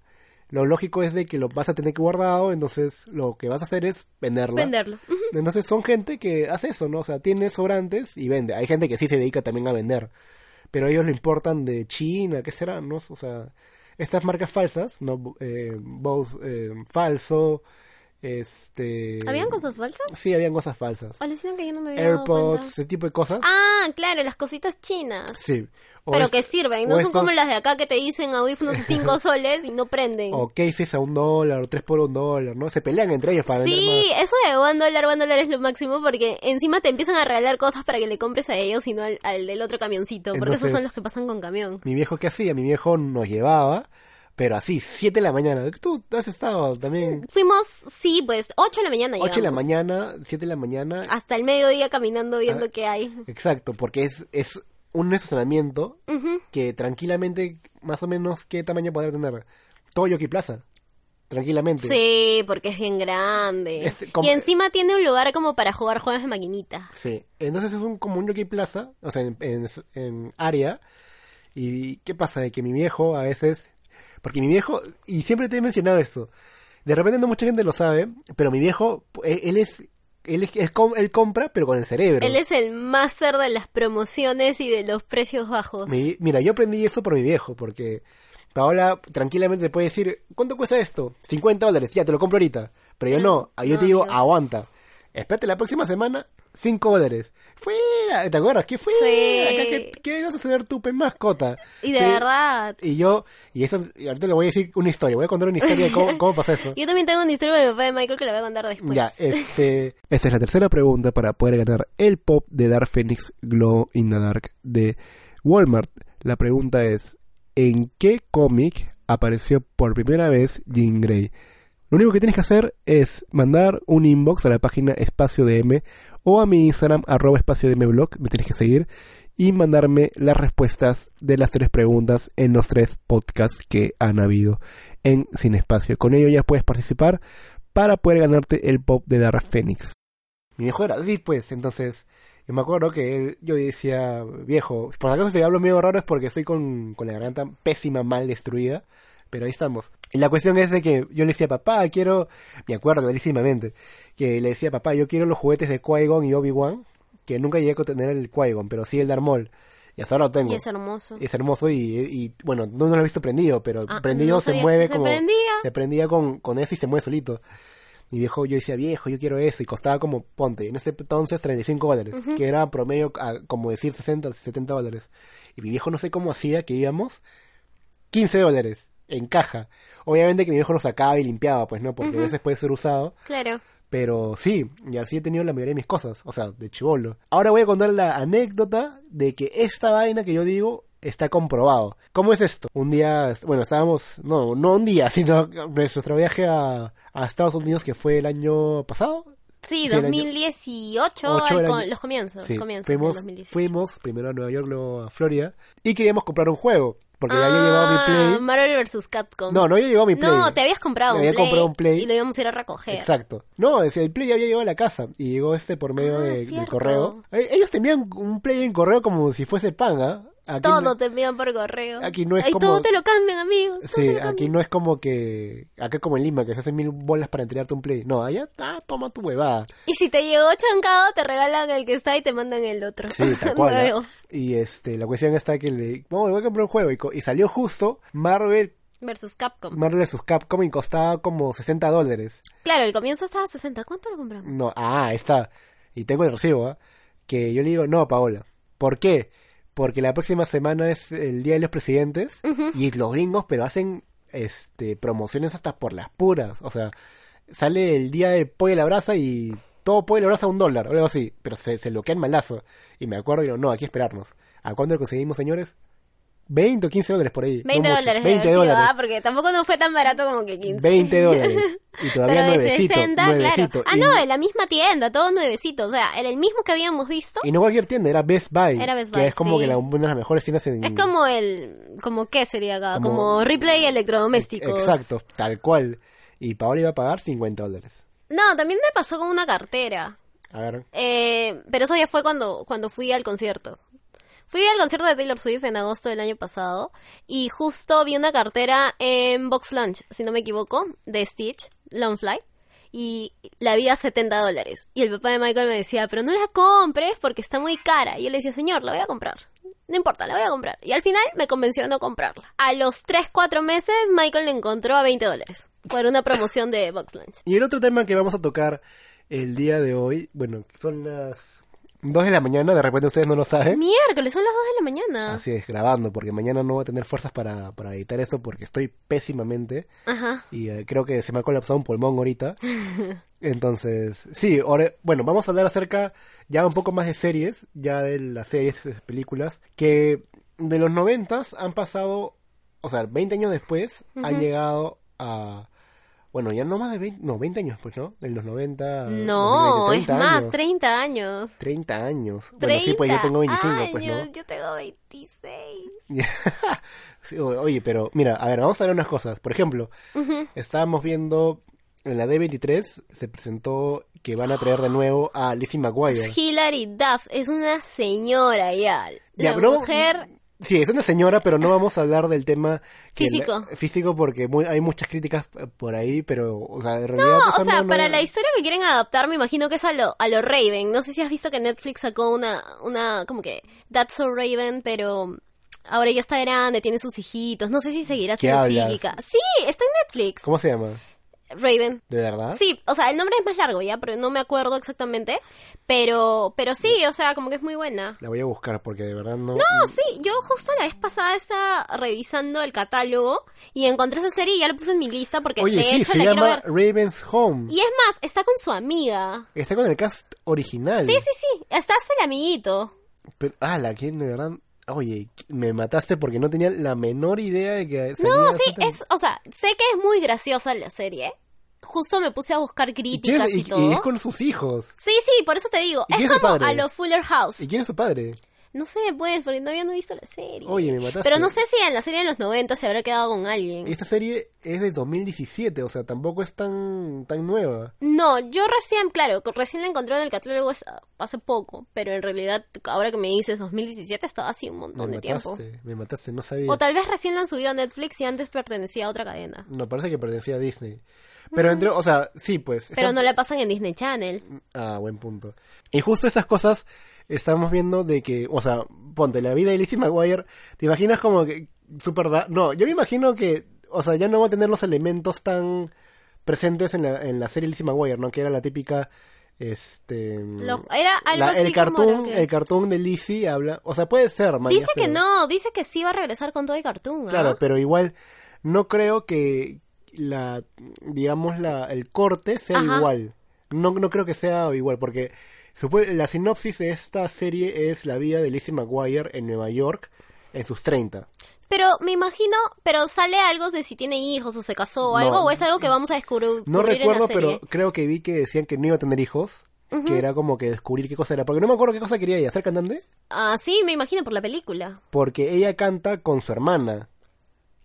lo lógico es de que lo vas a tener que guardado, entonces lo que vas a hacer es venderla.
Venderlo. Ujú.
Entonces son gente que hace eso, ¿no? O sea, tiene sobrantes y vende. Hay gente que sí se dedica también a vender. Pero ellos lo importan de China, ¿qué será? ¿No? O sea, estas marcas falsas, ¿no? Eh, Bose, eh, falso, este...
¿Habían cosas falsas?
Sí, habían cosas falsas.
Alucinan que yo no me había dado
AirPods,
cuenta.
ese tipo de cosas.
Ah, claro, las cositas chinas.
Sí. O
pero
es-
que sirven, no
o
son como
estos-
las de acá que te dicen audífonos de
*laughs*
5 soles y no prenden.
O cases a un dólar, o tres por un dólar, ¿no? Se pelean entre ellos para vender
Sí,
más.
eso de one dólar, one dólar es lo máximo porque encima te empiezan a regalar cosas para que le compres a ellos y no al, al del otro camioncito, porque esos son
Entonces-
los que pasan con camión.
Mi viejo, ¿qué hacía? Mi viejo nos llevaba, pero así, 7 de la mañana. Tú has estado también.
Fuimos, sí, pues 8 de la mañana.
8 de la
llegamos.
mañana, 7 de la mañana.
Hasta el mediodía caminando viendo
Ah.
qué hay.
Exacto, porque es, es un estacionamiento
Ujú.
que tranquilamente, más o menos, ¿qué tamaño podrá tener? Todo Yoki Plaza. Tranquilamente.
Sí, porque es bien grande.
Este, como-
Y encima tiene un lugar como para jugar juegos de maquinita.
Sí, entonces es un común Jockey Plaza, o sea, en, en- en área. ¿Y qué pasa? De que mi viejo a veces. Porque mi viejo, y siempre te he mencionado esto, de repente no mucha gente lo sabe, pero mi viejo, él, él es. Él, es, él com- él compra, pero con el cerebro.
Él es el máster de las promociones y de los precios bajos.
Mi- mira, yo aprendí eso por mi viejo, porque Paola tranquilamente te puede decir, ¿cuánto cuesta esto? 50 dólares, ya te lo compro ahorita. Pero yo no, yo
no,
te digo,
amigos.
aguanta. Espérate la próxima semana, 5 dólares. ¡Fuera! ¿Te acuerdas? ¿Qué fuera?
Sí.
Acá, ¿Qué, qué vas a hacer tú, pe mascota?
Y de
Sí.
verdad.
Y yo, y eso, y ahorita le voy a decir una historia, voy a contar una historia
*laughs*
de cómo, cómo pasó eso.
Yo también tengo una historia con mi papá de Michael que la voy a contar después.
Ya, este. Esta es la tercera pregunta para poder ganar el pop de Dark Phoenix Glow in the Dark de Walmart. La pregunta es: ¿En qué cómic apareció por primera vez Jean Grey? Lo único que tienes que hacer es mandar un inbox a la página Espacio DM o a mi Instagram, arroba espacio DM blog, me tienes que seguir, y mandarme las respuestas de las tres preguntas en los tres podcasts que han habido en Sin Espacio. Con ello ya puedes participar para poder ganarte el pop de Dark Phoenix. Mi viejo era así, pues, entonces, yo me acuerdo que él, yo decía, viejo, por acaso si hablo medio raro es porque estoy con, con la garganta pésima, mal destruida, pero ahí estamos. Y la cuestión es de que yo le decía, papá, quiero, me acuerdo clarísimamente, que le decía, papá, yo quiero los juguetes de Qui-Gon y Obi-Wan, que nunca llegué a tener el Qui-Gon, pero sí el Darth Maul, y hasta ahora lo tengo. Eh,
Y es hermoso.
Es hermoso y, y, bueno, no, no lo he visto prendido, pero
Ah,
prendido
no
se
sabía
mueve
que se
como.
prendía.
Se prendía con, con eso y se mueve solito. Y viejo, yo decía, viejo, yo quiero eso. Y costaba como, ponte, en ese entonces 35 dólares, que era promedio, a- como decir 60, 70 dólares. Y mi viejo no sé cómo hacía que íbamos 15 dólares en caja. Obviamente que mi viejo lo sacaba y limpiaba, pues no, porque a veces puede ser usado.
Claro.
Pero sí, y así he tenido la mayoría de mis cosas, o sea, de chivolo. Ahora voy a contar la anécdota de que esta vaina que yo digo está comprobado. ¿Cómo es esto? Un día, bueno, estábamos, no, no un día, *laughs* sino nuestro viaje a, a Estados Unidos que fue el año pasado.
Sí,
Sí, el año-
2018,
Ocho
al
del
con-
año-
los comienzos.
Sí,
comienzos del
fuimos,
2018.
fuimos primero a Nueva York, luego a Florida, y queríamos comprar un juego, porque ya había llevado mi
Ah,
Play.
Marvel vs. Capcom.
No, no había llevado mi Play.
No, te habías comprado,
Me
un,
había
play
comprado un Play.
y lo íbamos a ir a recoger.
Exacto. No, es el Play ya había llegado a la casa y llegó este por medio
Ah,
de- del
cierto.
correo. Eh, Ellos tenían un Play en correo como si fuese pan, ¿ah? Aquí
Todo
no-
te envían por correo.
Aquí no es
Ahí
como-
todo te lo cambian, amigos. todo
Sí,
te lo cambian.
aquí no es como que. Acá como en Lima, que se hacen mil bolas para entregarte un Play. No, allá, ah, toma tu huevada.
Y si te llegó chancado, te regalan el que está y te mandan el otro.
Sí, *laughs*
*laughs*
tal cual. ¿ah?
Nuevo.
Y este, la cuestión está que le. Vamos, voy a comprar un juego. Y, co- y salió justo Marvel,
Versus Capcom.
Marvel vs. Capcom y costaba como 60 dólares.
Claro, el comienzo estaba a 60. ¿Cuánto lo compramos?
No, ah, está. Y tengo el recibo, ¿ah? Que yo le digo, no, Paola. ¿Por qué? Porque la próxima semana es el Día de los Presidentes y los gringos, pero hacen este promociones hasta por las puras. O sea, sale el Día del Pollo a la Brasa y todo puede lograrse a un dólar o algo así, pero se, se bloquean malazo. Y me acuerdo y digo, no, aquí esperarnos. ¿A cuándo lo conseguimos, señores? 20 o 15 dólares por ahí.
20
no mucho,
dólares,
20
debe haber sido,
dólares.
ah, porque tampoco no fue tan barato como que 15. *laughs*
20 dólares. Y todavía
Pero de
nuevecito.
60,
nuevecito.
claro. Ah,
y,
no, de la misma tienda, todo nuevecito. O sea, era el mismo que habíamos visto.
y no cualquier tienda, era Best Buy.
Era Best
que
Buy,
es como
sí.
que la- una de las mejores tiendas en.
Es como el. como qué sería acá?
Como-
Como, replay electrodomésticos.
Exacto, tal cual. Y Paola iba a pagar 50 dólares.
No, también me pasó con una cartera.
A ver.
Eh, pero eso ya fue cuando, cuando fui al concierto. Fui al concierto de Taylor Swift en agosto del año pasado y justo vi una cartera en Box Lunch, si no me equivoco, de Stitch, Longfly, y la vi a 70 dólares. Y el papá de Michael me decía, pero no la compres porque está muy cara. Y yo le decía, señor, la voy a comprar. No importa, la voy a comprar. Y al final me convenció de no comprarla. A los 3-4 meses, Michael la encontró a 20 dólares por una promoción de Box Lunch.
Y el otro tema que vamos a tocar el día de hoy, bueno, son las 2 de la mañana, de repente ustedes no lo saben.
Miércoles, son las 2 de la mañana.
Así es, grabando, porque mañana no voy a tener fuerzas para, para editar eso porque estoy pésimamente.
Ajá.
Y eh, creo que se me ha colapsado un
*laughs*
pulmón ahorita. Entonces, sí, ahora, bueno, vamos a hablar acerca ya un poco más de series, ya de las series, de las películas, que de los noventas han pasado, o sea, 20 años después han llegado a, bueno, ya no más de 20, no, 20 años pues, ¿no? En los 90.
No,
20,
es más,
años.
30 años.
30 años.
30
Bueno, sí, pues yo tengo 25,
años,
pues, ¿no?
Yo tengo 26.
*laughs* Sí, o- oye, pero mira, a ver, vamos a ver unas cosas. Por ejemplo, estábamos viendo en la D23 se presentó que van a traer de nuevo a Lizzie McGuire.
Es Hilary Duff es una señora ya.
Ya,
La
pero no-
mujer.
Sí, es una señora, pero no vamos a hablar del tema que
Físico.
la- físico porque muy- hay muchas críticas eh, por ahí, pero o sea, en realidad
No,
esa
o sea,
no-
para la historia que quieren adaptar, me imagino que es a lo, a lo Raven. No sé si has visto que Netflix sacó una, una, como que, That's so Raven, pero ahora ya está grande, tiene sus hijitos. No sé si seguirá siendo
hablas?
psíquica. Sí, está en Netflix.
¿Cómo se llama?
Raven.
¿De verdad?
Sí, o sea, el nombre es más largo ya, pero no me acuerdo exactamente. Pero, pero sí, o sea, como que es muy buena.
La voy a buscar porque de verdad no.
No, sí, yo justo la vez pasada estaba revisando el catálogo y encontré esa serie y ya la puse en mi lista porque
Oye,
de
sí,
hecho
se
la
llama
quiero ver.
Raven's Home.
Y es más, está con su amiga.
Está con el cast original.
Sí, sí, sí, está hasta el amiguito.
Pero, ah, la que de verdad. Oye, me mataste porque no tenía la menor idea de que. salía
No,
esa
sí,
tem-
es, o sea, sé que es muy graciosa la serie. Justo me puse a buscar
¿Y quién
críticas
es,
y,
y- y
todo.
es con sus hijos.
Sí, sí, por eso te digo.
¿Y
Es
quién es el
como
padre?
a lo Fuller House.
¿Y quién es su padre?
No sé, pues, porque todavía no he visto la serie.
Oye, me mataste.
Pero no sé si en la serie de los 90 se habrá quedado con alguien.
Esta serie es de 2017, o sea, tampoco es tan, tan nueva.
No, yo recién, claro, co- recién la encontré en el catálogo es- hace poco, pero en realidad ahora que me dices 2017 estaba así un
Me
montón de tiempo.
mataste, me mataste, no sabía.
O tal vez recién la han subido a Netflix y antes pertenecía a otra cadena.
No, parece que pertenecía a Disney. Pero entre, o sea, sí, pues.
Mm. Pero
esa-
no la pasan en Disney Channel.
Ah, buen punto. Y justo esas cosas estamos viendo de que, o sea, ponte la vida de Lizzie McGuire, ¿te imaginas como que super da- No, yo me imagino que, o sea, ya no va a tener los elementos tan presentes en la, en la serie Lizzie McGuire, ¿no? Que era la típica, este...
Lo- era algo así como
el cartoon,
lo que-
El cartoon de Lizzie habla, o sea, puede ser, man,
Dice
ya,
que
pero-
no, dice que sí va a regresar con todo y cartoon. ¿ah?
Claro, pero igual no creo que la, digamos, la, el corte sea
Ajá.
igual. No, no creo que sea igual, porque supue- la sinopsis de esta serie es la vida de Lizzie McGuire en Nueva York en sus 30.
Pero me imagino, pero sale algo de si tiene hijos o se casó o
No,
algo, o es algo que vamos a descubrir
No
descubrir en
recuerdo,
la serie.
pero creo que vi que decían que no iba a tener hijos, que era como que descubrir qué cosa era, porque no me acuerdo qué cosa quería ella, ser cantante,
Ah, sí, me imagino por la película.
porque ella canta con su hermana.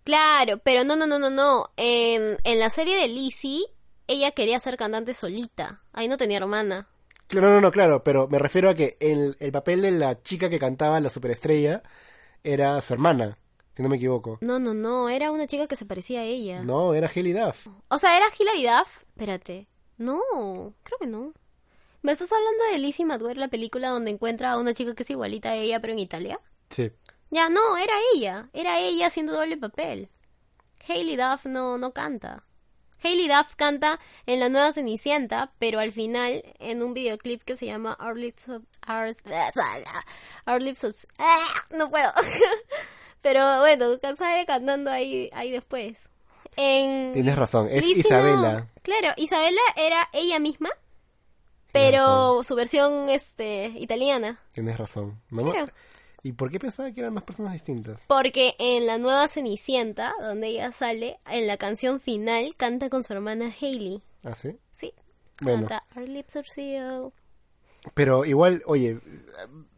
Claro, pero no, no, no, no, no. En, en la serie de Lizzie, ella quería ser cantante solita. Ahí no tenía hermana.
Claro, no, no, claro, pero me refiero a que el, el papel de la chica que cantaba la superestrella era su hermana, si no me equivoco.
No, no, no, era una chica que se parecía a ella.
No, era Haley Duff.
O sea, era Hilary Duff. Espérate. No, creo que no. ¿Me estás hablando de Lizzie McGuire, la película donde encuentra a una chica que es igualita a ella, pero en Italia?
Sí.
Ya, no, era ella. Era ella haciendo doble papel. Hailey Duff no, no canta. Hailey Duff canta en la nueva Cenicienta, pero al final en un videoclip que se llama Our Lips of... Our, *laughs* Our Lips of... *laughs* ¡Ah! No puedo. *laughs* pero bueno, sale cantando ahí, ahí después. En...
Tienes razón, es
Lizzie no.
Isabela.
Claro, Isabela era ella misma, Pero su versión este italiana.
Tienes razón. No me-
Claro.
¿Y por qué pensaba que eran dos personas distintas?
Porque en la nueva Cenicienta, donde ella sale, en la canción final canta con su hermana Hailey.
¿Ah, sí?
Sí.
Bueno.
Canta Our lips are sealed.
Pero igual, oye,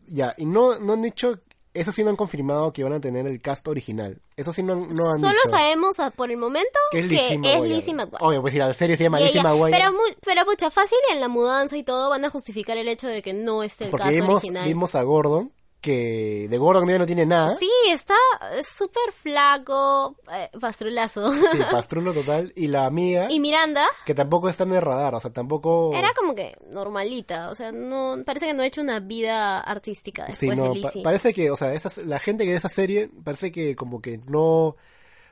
ya, y no, no han dicho, eso sí no han confirmado que van a tener el cast original. Eso sí no, han- no han
Solo
dicho.
sabemos a- por el momento
que es
que
Lizzie
es
McGuire.
Lizzie McGuire.
Obvio, pues si la serie se llama
Y
Lizzie
ella-
McGuire.
pero, mu- pero pucha, fácil en la mudanza y todo van a justificar el hecho de que no esté el
porque
caso
vimos,
original.
vimos ¿ah? a Gordon, que de Gordon ya no tiene nada.
Sí, está eh, súper flaco, eh, pastrulazo.
Sí, pastrulo total. Y la amiga,
*laughs* y Miranda
que tampoco está en el radar, o sea, tampoco...
era como que normalita, o sea, no parece que no ha hecho una vida artística
Sí,
después
no,
de
pa-
Lizzie.
parece que, o sea, esas- la gente que de esa serie parece que como que no,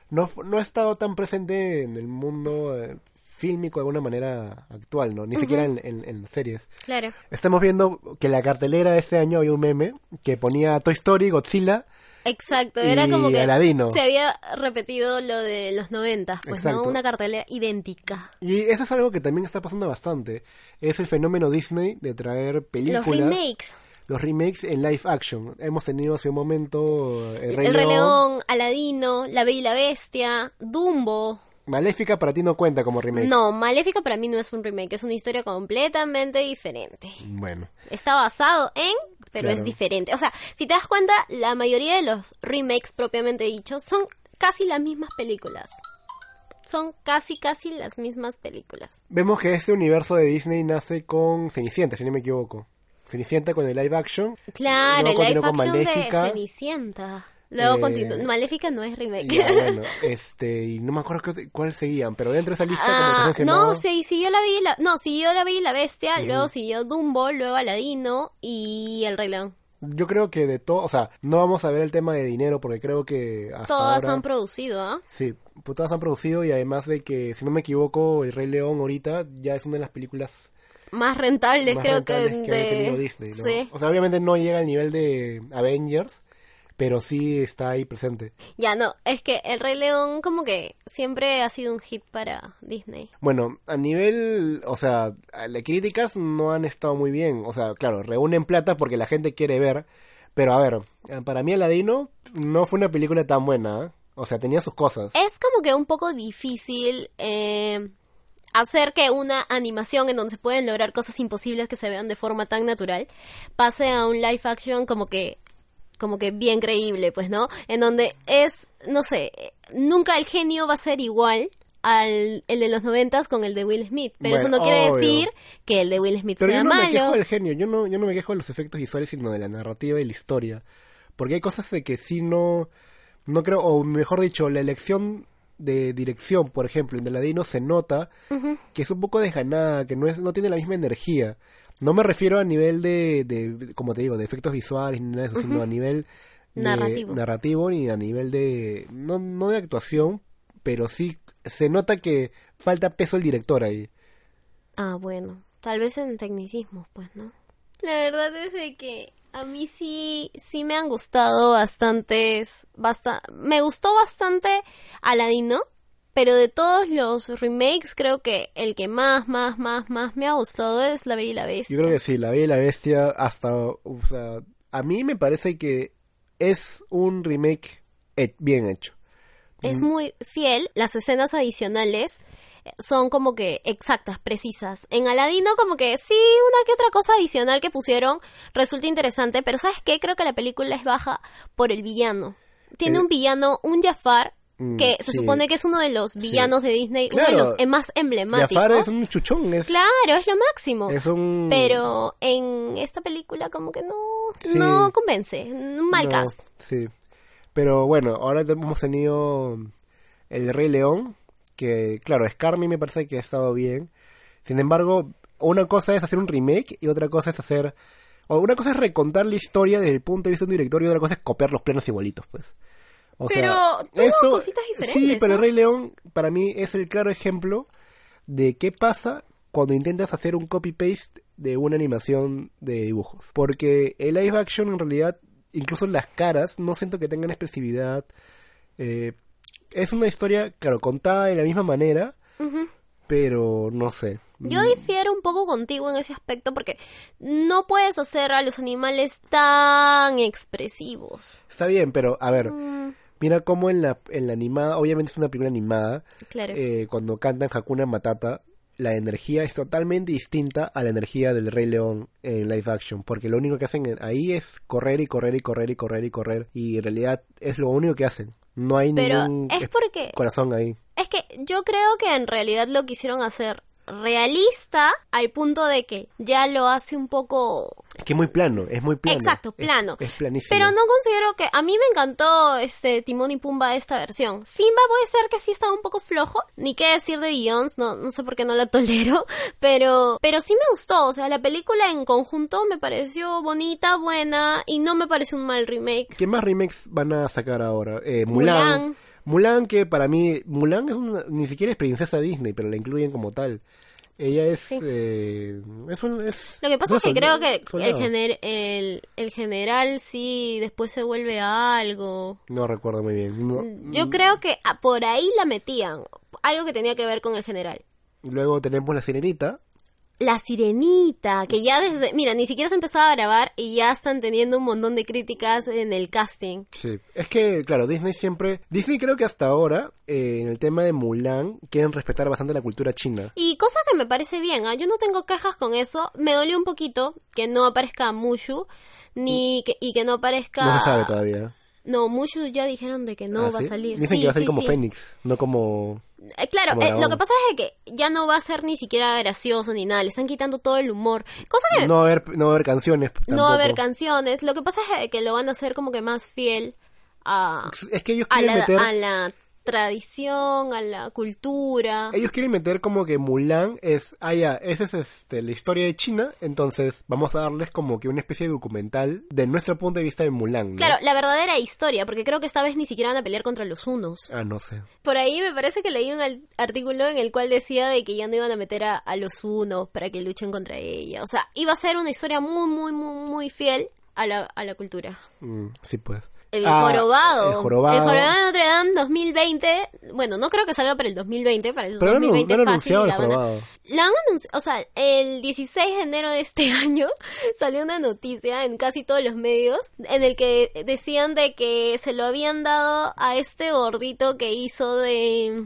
no, f- no ha estado tan presente en el mundo eh, fílmico de alguna manera actual, ¿no? Ni siquiera en, en- en series.
Claro.
Estamos viendo que en la cartelera de ese año había un meme que ponía Toy Story, Godzilla,
Exacto,
Y
era como que
Aladino.
se había repetido lo de los 90, pues
Exacto.
no una cartelera idéntica.
y eso es algo que también está pasando bastante. Es el fenómeno Disney de traer películas.
Los remakes,
los remakes en live action. Hemos tenido hace un momento eh, El Rey,
El Rey
León.
León, Aladino, La Bella y la Bestia, Dumbo.
Maléfica para ti no cuenta como remake.
No, Maléfica para mí no es un remake, es una historia completamente diferente.
Bueno.
Está basado en, pero
Claro.
es diferente. O sea, si te das cuenta, la mayoría de los remakes propiamente dichos son casi las mismas películas. Son casi, casi las mismas películas.
Vemos que este universo de Disney nace con Cenicienta, si no me equivoco. Cenicienta con el live action.
Claro,
Luego
el live
continuó
action
con Maléfica.
de Cenicienta. Luego
Eh,
continúa. Maléfica no es remake. *laughs*
Y ya, bueno, este, y no me acuerdo qué- cuál seguían, pero dentro de esa lista como que
Ah,
se mencionaba-
no, sí, siguió la Bella y la, no, siguió la Bella y la Bestia, luego siguió Dumbo, luego Aladino y El Rey León.
Yo creo que de todo, o sea, no vamos a ver el tema de dinero porque creo que hasta
Todas
ahora...
han producido, ¿ah?
Sí, pues todas han producido y además de que, si no me equivoco, El Rey León ahorita ya es una de las películas
Más rentables,
más
creo
rentables que,
que,
ha
de-
tenido Disney. ¿no?
Sí.
O sea, obviamente no llega al nivel de Avengers, pero sí está ahí presente.
Ya no, es que El Rey León como que siempre ha sido un hit para Disney.
Bueno, a nivel, o sea, a- las críticas no han estado muy bien. O sea, claro, reúnen plata porque la gente quiere ver. Pero a ver, para mí Aladino no fue una película tan buena. ¿eh? O sea, tenía sus cosas.
Es como que un poco difícil eh, hacer que una animación en donde se pueden lograr cosas imposibles que se vean de forma tan natural pase a un live action como que como que bien creíble, pues, ¿no? En donde es, no sé, eh, nunca el genio va a ser igual al el de los noventas con el de Will Smith, pero eso
Bueno,
no quiere
obvio.
decir que el de Will Smith
Pero
sea
yo no
malo.
me quejo del genio, yo no, yo no me quejo de los efectos visuales, sino de la narrativa y la historia. Porque hay cosas de que sí no, no creo, o mejor dicho, la elección de dirección, por ejemplo, en Aladino se nota que es un poco desganada, que no es, no tiene la misma energía. No me refiero a nivel de, de como te digo, de efectos visuales ni nada de eso, sino a nivel de-
Narrativo.
narrativo ni a nivel de, no, no de actuación, pero sí se nota que falta peso el director ahí.
Ah, bueno, tal vez en tecnicismos, pues, ¿no? La verdad es de que a mí sí, sí me han gustado bastantes, basta, me gustó bastante Aladino, pero de todos los remakes creo que el que más, más, más, más me ha gustado es La Bella y la Bestia.
Yo creo que sí, La Bella y la Bestia hasta, o sea, a mí me parece que es un remake he- bien hecho.
Es muy fiel, las escenas adicionales eh, son como que exactas, precisas. En Aladino como que sí, una que otra cosa adicional que pusieron resulta interesante, pero ¿sabes qué? Creo que la película es baja por el villano. Tiene
Eh,
un villano, un Jafar,
mm,
que se
sí.
supone que es uno de los villanos de Disney,
Claro.
uno de los eh, más emblemáticos.
Jafar es un chuchón, es,
Claro, es lo máximo.
es un...
Pero en esta película como que no,
Sí.
no convence, un mal
no,
cast.
Sí, pero bueno, ahora te- hemos tenido El Rey León, que claro, Scarmy me parece que ha estado bien. Sin embargo, una cosa es hacer un remake y otra cosa es hacer... o Una cosa es recontar la historia desde el punto de vista de un director y otra cosa es copiar los planos igualitos, pues. O
Pero tuvo cositas
Sí,
diferentes,
pero
¿no?
el Rey León para mí es el claro ejemplo de qué pasa cuando intentas hacer un copy-paste de una animación de dibujos. Porque el live action en realidad, incluso las caras, no siento que tengan expresividad. Eh, es una historia, claro, contada de la misma manera, pero no sé. Mm,
Yo difiero un poco contigo en ese aspecto porque no puedes hacer a los animales tan expresivos.
Está bien, pero a ver,
Mm,
mira cómo en la, en la animada, obviamente es una película animada,
claro.
eh, cuando cantan Hakuna Matata, la energía es totalmente distinta a la energía del Rey León en live action, porque lo único que hacen en- ahí es correr y correr y correr y correr y correr, y en realidad es lo único que hacen. No hay
Pero
ningún
es
es-
porque
corazón ahí.
es que yo creo que en realidad lo quisieron hacer realista al punto de que ya lo hace un poco
Es que es muy plano, es muy plano.
Exacto,
Es-
plano.
Es, planísimo.
Pero no considero que a mí me encantó este Timón y Pumba esta versión. Simba puede ser que sí estaba un poco flojo, ni qué decir de Beyoncé, no no sé por qué no la *laughs* tolero, pero pero sí me gustó, o sea, la película en conjunto me pareció bonita, buena y no me pareció un mal remake.
¿Qué más remakes van a sacar ahora? Eh, Mulan.
Mulan.
Mulan, que para mí, Mulan es una- ni siquiera es princesa Disney, pero la incluyen como tal. Ella es...
Sí.
eh, es un- es-
Lo que pasa
no,
es que
solda-
creo que el,
soldado.
gener- el, el general sí después se vuelve algo.
No recuerdo muy bien. No.
Yo creo que ah, por ahí la metían, algo que tenía que ver con el general.
Luego tenemos La Sirenita.
La Sirenita, que ya desde, mira, ni siquiera se empezaba a grabar y ya están teniendo un montón de críticas en el casting.
Sí. Es que, claro, Disney siempre... Disney creo que hasta ahora, eh, en el tema de Mulan, quieren respetar bastante la cultura china.
Y cosa que me parece bien, ¿ah? yo no tengo quejas con eso, me dolió un poquito que no aparezca Mushu ni que, y que no aparezca
Mm. No se sabe todavía.
No, Mushu ya dijeron de que no
Ah,
va
¿sí?
a salir.
Dicen
Sí,
que va a salir
sí,
como
sí.
Fénix, no como...
Eh, claro,
como
eh, lo
dragón.
que pasa es que ya no va a ser ni siquiera gracioso ni nada, le están quitando todo el humor. Cosa que
No va a haber, no va a haber canciones.
Eh. no va a haber
tampoco.
canciones, lo que pasa es que lo van a hacer como que más fiel a
Es que ellos
a
quieren
la,
meter...
a la tradición, a la cultura.
Ellos quieren meter como que Mulan es, ah ya, esa es este, la historia de China, entonces vamos a darles como que una especie de documental de nuestro punto de vista de Mulan, ¿no?
Claro, la verdadera historia, porque creo que esta vez ni siquiera van a pelear contra los unos.
Ah, no sé.
Por ahí me parece que leí un al- artículo en el cual decía de que ya no iban a meter a, a los unos para que luchen contra ella. O sea, iba a ser una historia muy, muy, muy, muy fiel a la, a la cultura.
Mm, sí, pues.
El
Ah,
jorobado.
El jorobado.
El jorobado de Notre Dame 2020. Bueno, no creo que salga para el 2020. Para el
Pero no han-
2020
no han
fácil.
anunciado el
la van a-
jorobado.
La han anunciado. O sea, el 16 de enero de este *laughs* año salió una noticia en casi todos los medios en el que decían de que se lo habían dado a este gordito que hizo de.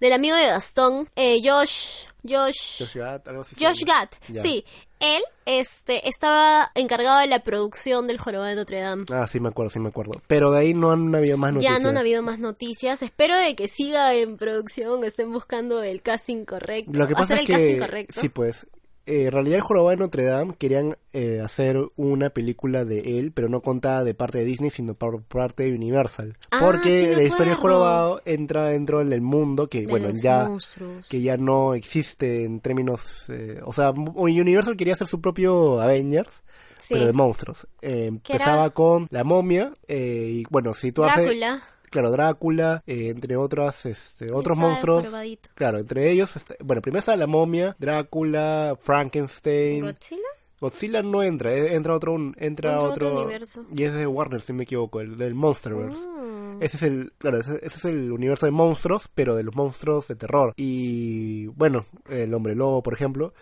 del amigo de Gastón. eh, Josh. Josh.
Josh Gad, algo así se
Josh
llama.
Gad.
Ya.
Sí. Él este, estaba encargado de la producción del jorobado de Notre Dame.
Ah, sí me acuerdo, sí me acuerdo. Pero de ahí no han habido más noticias.
Ya no han habido más noticias. Espero de que siga en producción, estén buscando el casting correcto.
Lo que pasa
hacer
es
el
que,
casting correcto.
sí, pues, eh, en realidad el jorobado de Notre Dame querían eh, hacer una película de él, pero no contada de parte de Disney, sino por parte de Universal.
Ah,
porque
sí me
la historia del
acuerdo.
jorobado entra dentro del mundo que,
De
bueno,
los
ya
monstruos.
que ya no existe en términos, eh, o sea, M- Universal quería hacer su propio Avengers.
Sí.
Pero de monstruos. Eh,
Que era-
empezaba con la momia. eh, y bueno, si tú haces.
Drácula.
Claro, Drácula, eh, entre otras, este, otros
Está
monstruos.
jorobadito.
Claro, entre ellos, este, bueno, primero está la momia, Drácula, Frankenstein.
¿Godzilla?
Godzilla no entra, eh, entra otro, un- entra
Entra
otro,
otro universo.
y es de Warner, si no me equivoco, el del MonsterVerse.
Mm.
Ese es el, claro, ese, ese es el universo de monstruos, pero de los monstruos de terror. Y bueno, el hombre lobo, por ejemplo.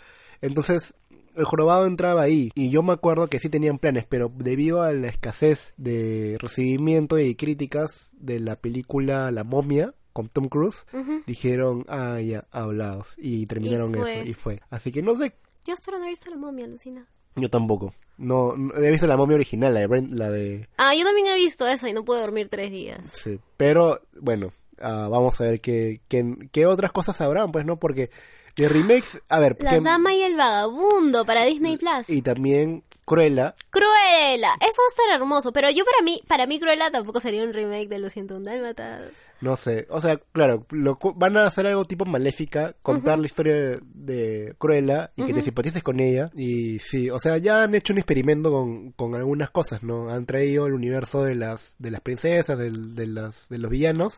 Entonces, el jorobado entraba ahí. Y yo me acuerdo que sí tenían planes, pero debido a la escasez de recibimiento y críticas de la película La momia con Tom Cruise,
Ujú.
dijeron, ah, ya, hablados. Y terminaron
fue.
eso, y fue. Así que no sé,
Yo hasta ahora no he visto la momia, Lucina.
yo tampoco. No, no- he visto la momia original, la de Brent- la de
Ah, yo también he visto eso y no pude dormir tres días.
Sí, pero bueno, ah, vamos a ver qué, qué, qué otras cosas habrán, pues, ¿no? Porque de remakes, a ver,
La
que-
dama y el vagabundo para Disney Plus.
y también Cruella,
Cruella, eso va a estar hermoso, pero yo para mí, para mí Cruella tampoco sería un remake de Los 101 Dálmatas.
no sé, o sea, claro, lo cu- van a hacer algo tipo maléfica, contar la historia de, de Cruella y que te simpatices con ella, y sí, o sea, ya han hecho un experimento con, con algunas cosas, ¿no? Han traído el universo de las, de las princesas, del- de, las, de los villanos.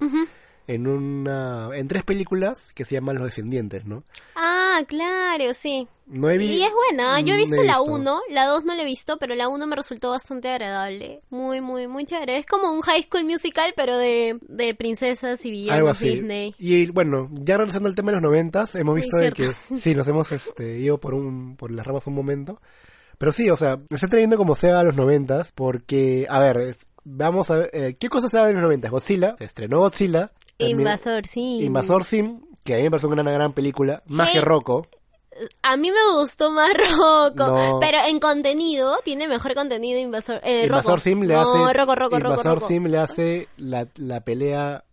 en una en tres películas que se llaman Los Descendientes, ¿no?
Ah, claro, sí.
No he vi-
Y es buena, yo he
no
visto la
visto.
1, la 2 no la he visto, pero la 1 me resultó bastante agradable. Muy, muy, muy chévere. Es como un high school musical, pero de, de princesas y villanos
Algo así.
Disney.
Y bueno, ya regresando al tema de los noventas, hemos
Muy
visto de que
cierto.
sí, nos hemos este, ido por un por las ramas un momento. Pero sí, o sea, me estoy trayendo como sea a los noventas, porque, a ver, es- vamos a ver, eh, ¿qué cosas se da en los noventas? Godzilla, se estrenó Godzilla. también-
Invasor, sí.
Invasor Sim, que a mí me pareció una gran película, más
Hey.
que Rocco.
A mí me gustó más *laughs* Rocco,
No.
pero en contenido tiene mejor contenido Invasor. Eh,
Invasor
Rocco.
Sim le
no,
hace.
Rocco, Rocco, Rocco,
Invasor
Rocco.
Sim le hace la, la pelea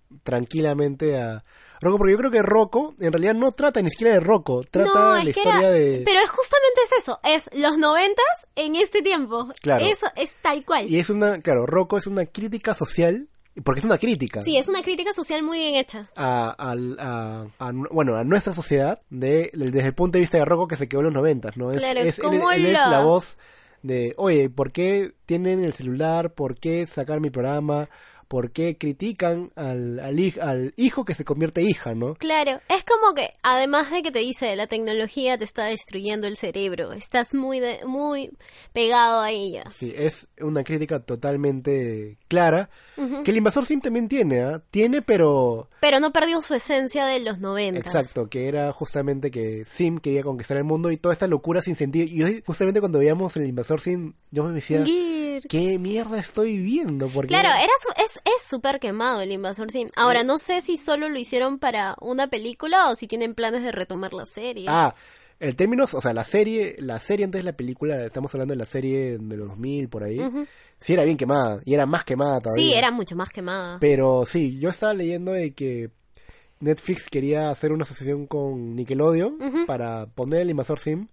tranquilamente a Rocco, porque yo creo que Rocco en realidad no trata ni siquiera de Rocco, trata
no,
la
es que
historia
era-
de.
Pero es justamente es eso, es los noventas en este tiempo.
Claro.
Eso es tal cual.
Y es una, claro, Rocco es una crítica social, porque es una crítica.
Sí, es una crítica social muy bien hecha.
A, al- a- a- bueno, a nuestra sociedad, de, desde el punto de vista de Rocco que se quedó en los noventas, ¿no? Es,
Claro,
es, él-
¿cómo
él es
lo-
la voz de, oye, ¿por qué tienen el celular? ¿Por qué sacar mi programa? ¿Por qué critican al, al, hij- al hijo que se convierte hija, no?
Claro, es como que además de que te dice la tecnología te está destruyendo el cerebro, estás muy de- muy pegado a ella.
Sí, es una crítica totalmente clara. Que el invasor Sim también tiene, ¿ah? Tiene, pero...
Pero no perdió su esencia de los noventas.
Exacto, que era justamente que Sim quería conquistar el mundo y toda esta locura sin sentido. Y yo, justamente cuando veíamos el invasor Sim, yo me decía,
Gear.
¿qué mierda estoy viendo? Porque
Claro, era su- es es súper quemado el Invasor Sim. Ahora, no sé si solo lo hicieron para una película o si tienen planes de retomar la serie.
Ah, el término, o sea, la serie, la serie antes de la película, estamos hablando de la serie de los 2000 por ahí, sí era bien quemada, y era más quemada todavía.
sí, era mucho más quemada.
Pero sí, yo estaba leyendo de que Netflix quería hacer una asociación con Nickelodeon para poner el invasor Sim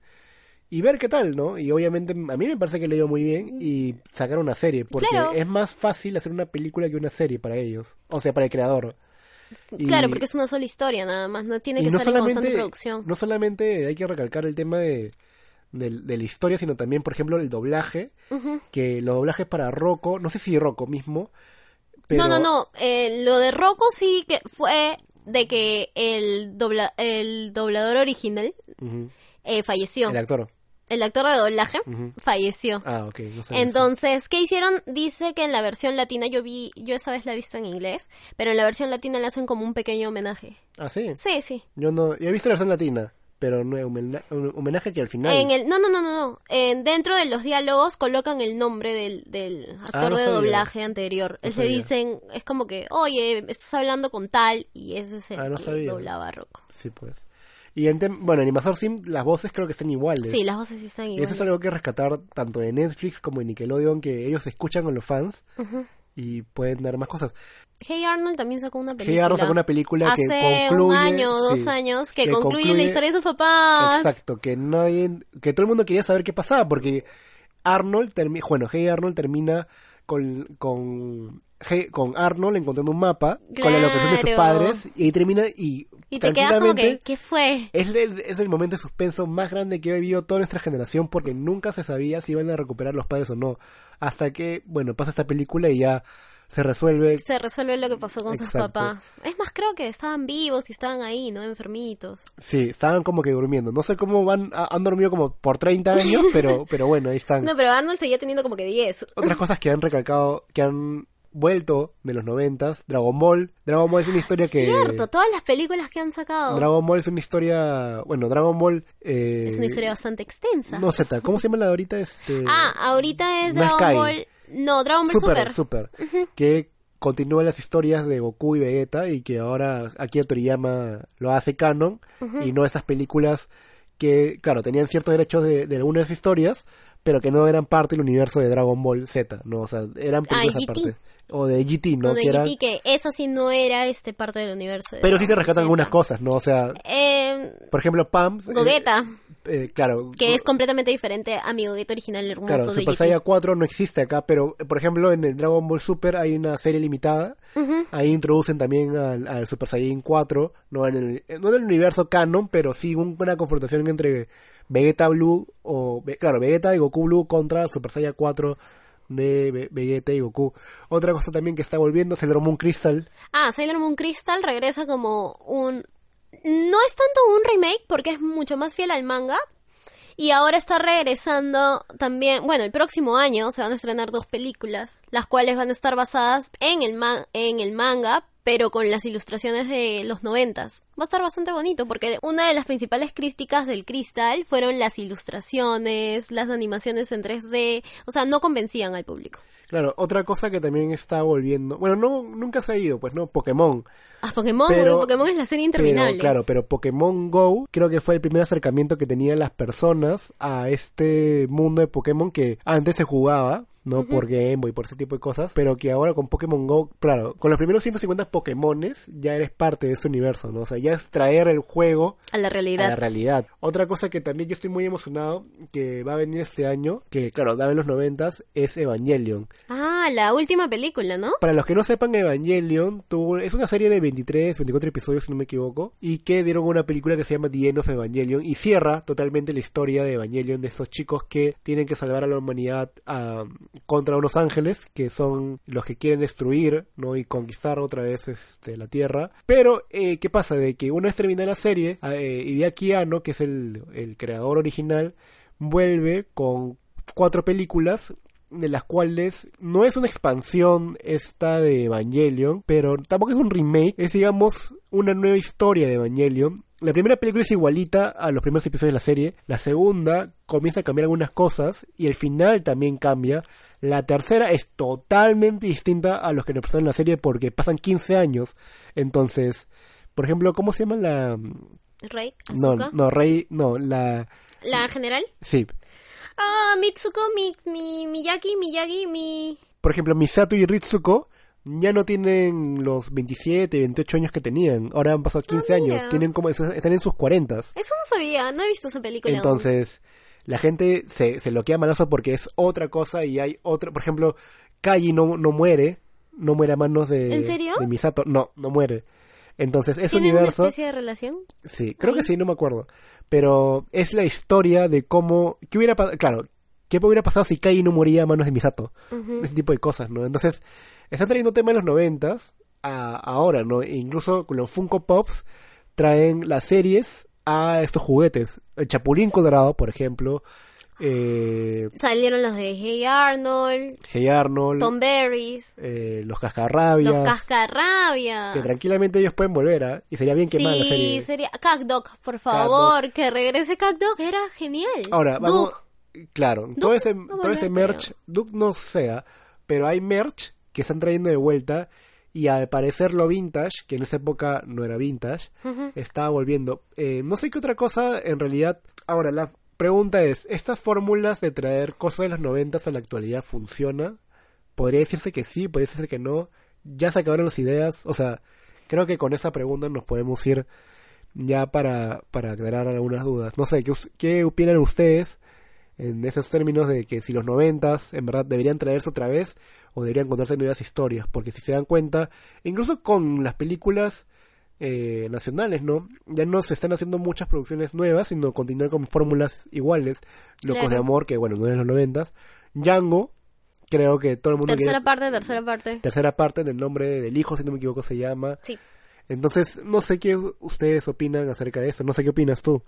y ver qué tal, ¿no? Y obviamente a mí me parece que le dio muy bien y sacar una serie, porque
Claro.
es más fácil hacer una película que una serie para ellos, o sea, para el creador. Y-
Claro, porque es una sola historia nada más, no tiene
y
que
no
salir en constante
solamente,
producción.
no solamente hay que recalcar el tema de, del- de la historia, sino también, por ejemplo, el doblaje, que los doblajes para Rocco, no sé si Rocco mismo, pero
No, no, no, eh, lo de Rocco sí que fue de que el, dobla- el doblador original
Ujú,
eh, falleció.
el
El,
actor.
actor de doblaje
Ujú.
falleció.
Ah, ok, no sé.
Entonces, ¿qué hicieron? Dice que en la versión latina, yo vi, yo esa vez la he visto en inglés, pero en la versión latina le hacen como un pequeño homenaje.
Ah, sí.
Sí, sí.
Yo no. Yo he visto la versión latina, pero no es homena- un homenaje que al final.
En el, no, no, no, no, no. En- dentro de los diálogos colocan el nombre del, del actor
Ah, no
de
sabía.
doblaje anterior.
No
se
sabía.
dicen, es como que, oye, estás hablando con tal, y ese es el
Ah, no
que
sabía.
doblaba a Rocco.
Sí, pues. Y en tem- bueno, en Invasor Sim las voces creo que están iguales.
Sí, las voces sí están
Y
iguales.
eso es algo que rescatar tanto de Netflix como de Nickelodeon, que ellos escuchan con los fans y pueden dar más cosas.
Hey Arnold también sacó una película.
Hey Arnold sacó una película
Hace
que
un
concluye-
año o dos
sí,
años que,
que
concluye, la
concluye-
historia de sus papás.
Exacto, que nadie, que todo el mundo quería saber qué pasaba, porque Arnold termina, bueno, Hey Arnold termina con, con, Hey- con Arnold encontrando un mapa con la locación de sus
Claro.
padres, y ahí termina y,
Y te quedas como que,
tranquilamente Eh,
¿qué fue?
es, el, es el momento de suspenso más grande que ha vivido toda nuestra generación, porque nunca se sabía si iban a recuperar los padres o no, hasta que, bueno, pasa esta película y ya se resuelve.
Se resuelve lo que pasó con sus
Exacto.
papás. Es más, creo que estaban vivos y estaban ahí, ¿no? Enfermitos.
Sí, estaban como que durmiendo. No sé cómo van, a- han dormido como por
*laughs*
30 años, pero, pero bueno, ahí están.
No, pero Arnold seguía teniendo como que 10.
Otras cosas que han recalcado, que han vuelto de los noventas, Dragon Ball. Dragon Ball es una historia que...
Cierto, todas las películas que han sacado.
Dragon Ball es una historia... Bueno, Dragon Ball... eh,
es una historia bastante extensa.
No, Z, ¿cómo se llama la de ahorita? Este...
ah, ahorita es
No es
Dragon
Kai.
Ball. No, Dragon Ball Super.
Super, Super. Que continúa las historias de Goku y Vegeta y que ahora Akira Toriyama lo hace canon y no esas películas que, claro, tenían ciertos derechos de, de algunas historias, pero que no eran parte del universo de Dragon Ball Z, ¿no? O sea, eran
Ah,
películas
GT.
aparte. O de GT, ¿no?
Donde
que eran-
GT, que esa sí no era este parte del universo. de
Pero sí se
Dragon
rescatan
Ball
algunas
Z.
cosas, ¿no? O sea,
Eh,
por ejemplo, Pam... eh,
Gogeta,
eh, claro.
que es completamente diferente a mi Gogeta original hermoso
Claro,
de
Super
GT.
Saiyan 4 no existe acá, pero eh, por ejemplo en el Dragon Ball Super hay una serie limitada. Ahí introducen también al, al Super Saiyan 4, no en, el, eh, no en el universo canon, pero sí un- una confrontación entre Vegeta Blue o, ve- claro, Vegeta y Goku Blue contra Super Saiyan 4 de Ve- Vegeta y Goku. Otra cosa también que está volviendo es el Moon Crystal.
Ah, Sailor Moon Crystal regresa como un... No es tanto un remake porque es mucho más fiel al manga. Y ahora está regresando también, bueno, el próximo año se van a estrenar dos películas, las cuales van a estar basadas en el, ma- en el manga, pero con las ilustraciones de los noventas. Va a estar bastante bonito porque una de las principales críticas del Crystal fueron las ilustraciones, las animaciones en 3D, o sea, no convencían al público.
Claro, otra cosa que también está volviendo. Bueno, no, nunca se ha ido, pues no, Pokémon.
Ah, Pokémon,
Pero-
güey, Pokémon es la serie interminable.
Pero, claro, pero Pokémon Go creo que fue el primer acercamiento que tenían las personas a este mundo de Pokémon que antes se jugaba. No por Game Boy, por ese tipo de cosas, pero que ahora con Pokémon Go, claro, con los primeros 150 Pokémones ya eres parte de ese universo, ¿no? O sea, ya es traer el juego
A la realidad.
a la realidad. Otra cosa que también yo estoy muy emocionado que va a venir este año, que claro, daba en los noventas, es Evangelion.
Ah, la última película, ¿no?
Para los que no sepan, Evangelion tuvo, es una serie de 23, 24 episodios, si no me equivoco, y que dieron una película que se llama The End of Evangelion y cierra totalmente la historia de Evangelion, de estos chicos que tienen que salvar a la humanidad ah, contra unos ángeles, que son los que quieren destruir ¿no? y conquistar otra vez este, la Tierra. Pero, eh, ¿qué pasa? De que una vez terminada la serie, eh, Hideaki Anno, que es el, el creador original, vuelve con cuatro películas de las cuales no es una expansión esta de Evangelion, pero tampoco es un remake, es digamos una nueva historia de Evangelion. La primera película es igualita a los primeros episodios de la serie, la segunda comienza a cambiar algunas cosas y el final también cambia. La tercera es totalmente distinta a los que nos presentaron en la serie porque pasan 15 años. Entonces, por ejemplo, ¿cómo se llama la mm,
Rey,
no,
Asuka.
no, Rey, no, la
La general.
sí,
Ah, Mitsuko, mi, mi, Miyagi, Miyagi, mi...
Por ejemplo, Misato y Ritsuko ya no tienen los 27, 28 años que tenían. Ahora han pasado 15
Ah, mira.
años. Tienen como, están en sus 40.
Eso no sabía, no he visto esa película. aún.
Entonces, la gente se, se loquea malazo porque es otra cosa y hay otra. Por ejemplo, Kaji no, no muere. No muere a manos de,
¿En serio?
de Misato. No, no muere. Entonces, ese
¿Tienen
universo.
una especie de relación?
Sí, creo que sí, no me acuerdo. Pero es la historia de cómo. ¿Qué hubiera pasado? Claro, ¿qué hubiera pasado si Kai no moría a manos de Misato? Ese tipo de cosas, ¿no? Entonces, están trayendo temas de los noventas a ahora, ¿no? E incluso con los Funko Pops traen las series a estos juguetes. El Chapulín Colorado, por ejemplo. Eh,
Salieron los de Hey Arnold,
Hey Arnold.
Tom Berries,
eh, los Cascarrabias.
los Cascarrabias.
que tranquilamente ellos pueden volver, ¿ah? Y sería bien quemada la
Sí,
serie.
sería... Dog, por favor, que regrese Dog, era genial.
Ahora, vamos.
Doug.
Claro, todo ese,
no
todo ese
volverá,
merch, Duke no sea, pero hay merch que están trayendo de vuelta y al parecer lo vintage, que en esa época no era vintage, está volviendo. Eh, no sé qué otra cosa en realidad. Ahora, la pregunta es: ¿estas fórmulas de traer cosas de los noventas a la actualidad funciona? Podría decirse que sí, podría decirse que no. Ya se acabaron las ideas. O sea, creo que con esa pregunta nos podemos ir ya para, para aclarar algunas dudas. No sé, ¿qué, us- qué opinan ustedes en esos términos de que si los noventas en verdad deberían traerse otra vez o deberían contarse nuevas historias? Porque si se dan cuenta, incluso con las películas eh, nacionales, ¿no? Ya no se están haciendo muchas producciones nuevas, sino continuar con fórmulas iguales. Locos
Claro.
de Amor, que bueno, no es de los noventas. Django, creo que todo el mundo
Tercera
quiere-
parte, tercera parte.
tercera parte en el nombre del hijo, si no me equivoco se llama.
Sí.
Entonces, no sé qué ustedes opinan acerca de eso, no sé qué opinas tú.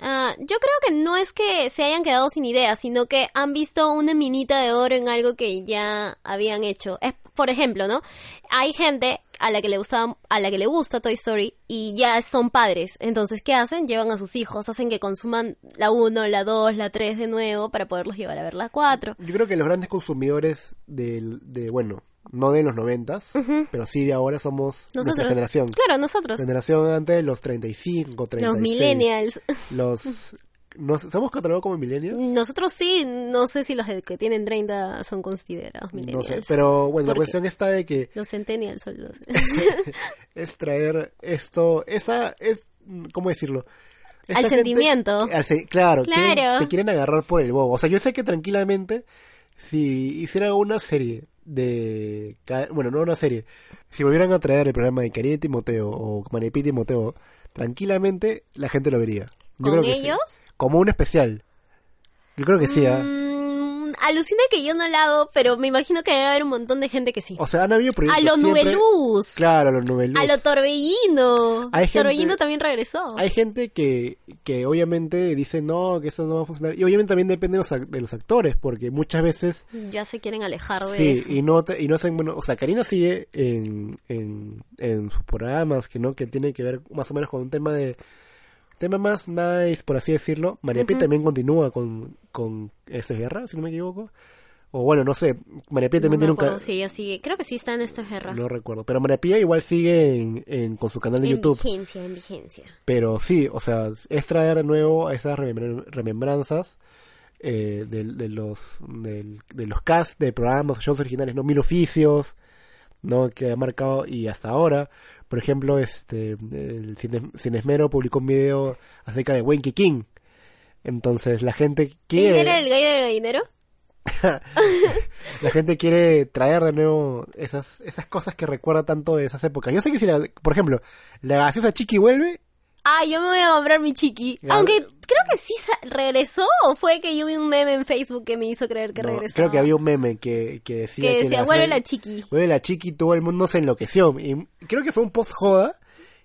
Ah, yo creo que no es que se hayan quedado sin ideas, sino que han visto una minita de oro en algo que ya habían hecho. Es, por ejemplo, ¿no? Hay gente a la que le gustaba, a la que le gusta Toy Story y ya son padres. Entonces, ¿qué hacen? Llevan a sus hijos, hacen que consuman la 1, la 2, la 3 de nuevo para poderlos llevar a ver la 4.
Yo creo que los grandes consumidores del, de, bueno, no de los noventas, pero sí de ahora somos nuestra
Nosotros.
generación.
Claro, nosotros.
Generación antes de los 35, 36.
Los millennials.
Los... ¿nos, ¿Somos catalogados como millennials?
Nosotros sí, no sé si los que tienen 30 son considerados
No
millennials.
sé, pero bueno, la
¿Por qué?
cuestión está de que
Los centennials son los...
*laughs* es traer esto, esa, es, ¿cómo decirlo?
Al
gente-
sentimiento.
al se- claro, quieren-
Claro.
te quieren agarrar por el bobo. O sea, yo sé que tranquilamente, si hiciera una serie de... ca- Bueno, no una serie. Si volvieran a traer el programa de Karina y Timoteo o Manepita y Timoteo, tranquilamente la gente lo vería. Yo
¿Con
creo que sí.
ellos?
Como un especial. Yo creo que sí, ¿ah?
Mm, alucina que yo no la hago, pero me imagino que debe haber un montón de gente que sí.
O sea, han habido proyectos
a lo
siempre-
Nubeluz.
Claro, a los Nubeluz.
A lo Torbellino.
Hay gente-
Torbellino también regresó.
Hay gente que, que obviamente dice no, que eso no va a funcionar. Y obviamente también depende de los, ac- de los actores, porque muchas veces
Ya se quieren alejar de
Sí,
eso.
y no, te- y no hacen, bueno, o sea, Karina sigue en, en, en sus programas que no que tiene que ver más o menos con un tema de tema más nice, por así decirlo. María Pía también continúa con con esa guerra, si no me equivoco. O bueno, no sé, María Pía
No
también
me
tiene un
acuerdo
ca-
si ella sigue. Creo que sí está en esta guerra.
no recuerdo, pero María Pía igual sigue en, en- con su canal de
en
YouTube.
vigencia, en vigencia.
Pero sí, o sea, es traer de nuevo esas remembra- remembranzas eh, de, de los del- de los cast de programas o shows originales, ¿no? Mil oficios, ¿no? Que ha marcado y hasta ahora. Por ejemplo, este el Cine- Cinesmero publicó un video acerca de Wenky King. Entonces la gente
¿Quién era
quiere,
el gallo de dinero?
la gente quiere traer de nuevo esas, esas cosas que recuerda tanto de esas épocas. Yo sé que si la, por ejemplo, la graciosa Chiqui vuelve,
Ah, yo me voy a comprar mi chiqui.
Ya.
Aunque creo que sí sa- regresó o fue que yo vi un meme en Facebook que me hizo creer que
No,
regresó.
Creo que había un meme que, que decía
Que decía,
las-
"Vuelve la chiqui".
Vuelve la chiqui, todo el mundo se enloqueció. Y creo que fue un post joda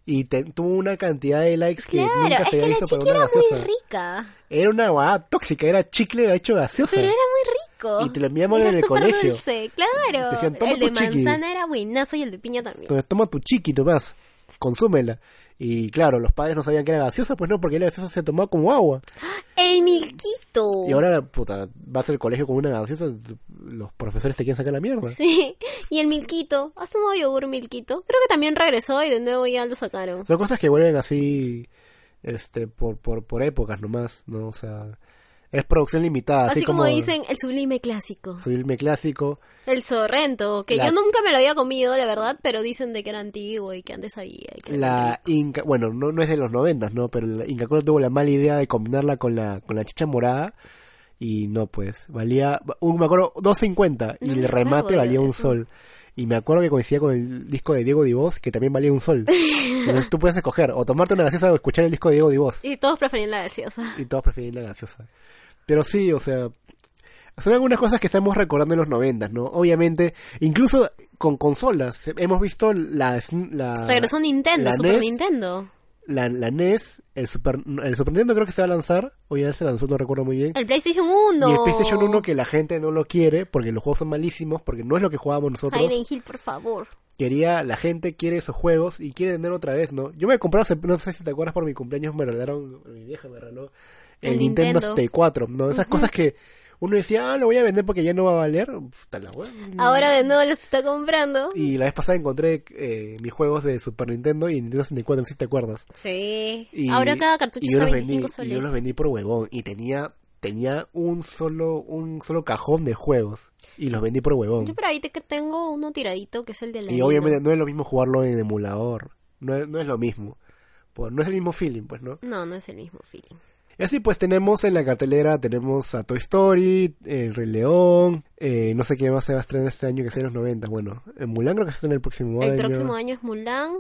y te- tuvo una cantidad de likes que
Claro,
nunca
es
se había
que la
visto para
chiqui
una
era
gaseosa.
muy rica.
Era una guada tóxica, era chicle hecho gaseosa.
Pero era muy rico.
Y te lo enviaban
Era
en el
súper
colegio.
dulce, claro.
Te decían, "Toma
el de
tu chiqui".
manzana era buenazo y el de piña también.
Entonces toma tu chiqui nomás, consúmela. Y claro, los padres no sabían que era gaseosa, pues no, porque la gaseosa se tomaba como agua.
El milquito.
Y ahora, puta, vas al colegio con una gaseosa, los profesores te quieren sacar la mierda.
Sí, y el milquito. ¿Has tomado yogur milquito? Creo que también regresó y de nuevo ya lo sacaron.
Son cosas que vuelven así este por, por, por épocas nomás, ¿no? O sea, es producción limitada.
Así, como, dicen, el sublime clásico.
Subirme clásico.
El sorrento, que
La-
yo nunca me lo había comido, la verdad, pero dicen de que era antiguo y que antes había. y que era
La Inca, bueno, no, no es de los noventas, ¿no? Pero la Inca Kola tuvo la mala idea de combinarla con la, con la chicha morada. Y no, pues, valía, un, me acuerdo, 2.50 y
No me
el
acuerdo
remate
de
valía un
eso.
sol. Y me acuerdo que coincidía con el disco de Diego Divos, que también valía
*laughs*
un sol. Entonces tú puedes escoger, o tomarte una gaseosa o escuchar el disco de Diego Divos.
rico. Y todos preferían la gaseosa.
y todos prefieren la gaseosa. Pero sí, o sea, son algunas cosas que estamos recordando en los noventas, ¿no? Obviamente, incluso con consolas, hemos visto la, la
Regresó Nintendo,
Ah, la E
Super
NES,
Nintendo.
la, la NES, el Super, el Super Nintendo creo que se va a lanzar, o ya se lanzó, no recuerdo muy bien.
El PlayStation 1.
Y el PlayStation 1 que la gente no lo quiere porque los juegos son malísimos, porque no es lo que jugábamos nosotros.
Silent Hill, por favor.
Quería, la gente quiere esos juegos y quiere vender otra vez, ¿no? Yo me compré, hace- no sé si te acuerdas, por mi cumpleaños me regalaron, mi vieja me regaló el,
El
Nintendo
Nintendo.
64, ¿no? Esas cosas que uno decía, ah, lo voy a vender porque ya no va a valer, puta la wea.
Ahora de nuevo los está comprando.
Mm. Y la vez pasada encontré eh, mis juegos de Super Nintendo y Nintendo 64, no sé si te acuerdas.
Sí.
Y,
Ahora cada cartucho
y yo
está 25
los vendí, Y yo los
soles.
vendí por huevón y tenía, tenía un solo, un solo cajón de juegos y los vendí por huevón.
Yo por ahí te que tengo uno tiradito que es el de la
Y obviamente no es lo mismo jugarlo en emulador. No es, no es lo mismo. Pues no es el mismo feeling, pues, ¿no?
No, no es el mismo feeling.
Y así pues tenemos en la cartelera, tenemos a Toy Story, El Rey León, eh, no sé qué más se va a estrenar este año que sea en los 90. Bueno, en Mulan creo que se estrena el próximo
El
año.
próximo año es Mulan.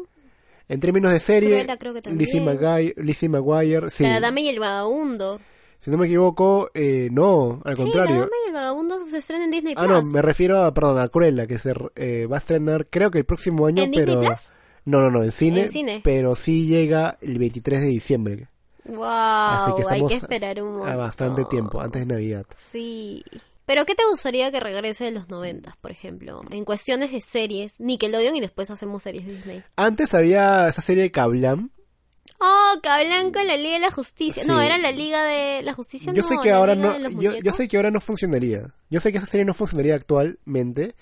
En términos de serie,
Cruella creo que también.
Lizzie McGuire, Lizzie McGuire, sí.
La Dama y el Vagabundo.
Si no me equivoco, eh, no, al
Sí, La
contrario.
Dama y el Vagabundo se estrena en Disney
Ah,
Plus.
no, me refiero a, perdón, a Cruella, que se eh, va a estrenar creo que el próximo año,
¿En
pero...
Disney Plus?
No, no, no, en cine,
En cine.
Pero sí llega el 23 de diciembre.
Wow,
así que
hay
estamos
que esperar un
a
montón.
bastante tiempo, antes de Navidad.
Sí. Pero ¿qué te gustaría que regrese de los noventas, por ejemplo? En cuestiones de series, Nickelodeon y después hacemos series Disney.
Antes había esa serie de Kablam.
Oh, Cablanco en la Liga de la Justicia. No,
Sí.
era la Liga de la Justicia.
Yo
no,
sé que
la
ahora
Liga
no,
de los
yo, yo sé
Muñecos.
que ahora no funcionaría. Yo sé que esa serie no funcionaría actualmente,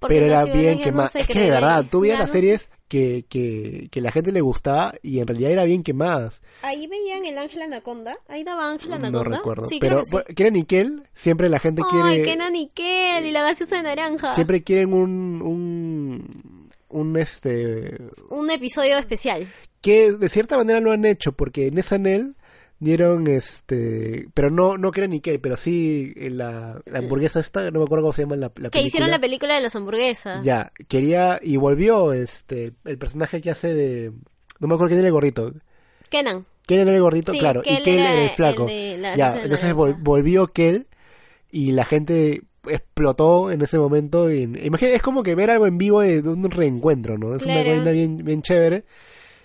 Porque
pero
los
era
ciudadanos
bien
ya
quemada.
no se
es que de
creen.
verdad, tú veías
Ya
las
no
series que, que, que la gente le gustaba y en realidad era bien quemadas.
Ahí veían el Ángel Anaconda. Ahí daba Ángel Anaconda.
No recuerdo.
Sí,
pero
creo que sí.
bueno, quieren Nickel, siempre la gente
Ay,
quiere,
qué naniquel y la gaseosa de naranja.
siempre quieren un, un, un este,
Un episodio especial.
que de cierta manera lo han hecho porque en esa NEL dieron este pero no no creo ni qué pero sí eh, la, la hamburguesa esta no me acuerdo cómo se llama la, la
Que
película.
hicieron la película de las hamburguesas.
ya quería y volvió este el personaje que hace de no me acuerdo quién era el gordito
Kenan.
quién era el gordito
Sí,
claro
que
y
él
que él
era
era el
el
flaco
de la
ya
salsa de
entonces
naranja.
vol- volvió que él y la gente explotó en ese momento. Y, imagínate, es como que ver algo en vivo de, de un reencuentro, ¿no? Es
Claro.
una vaina bien, bien chévere.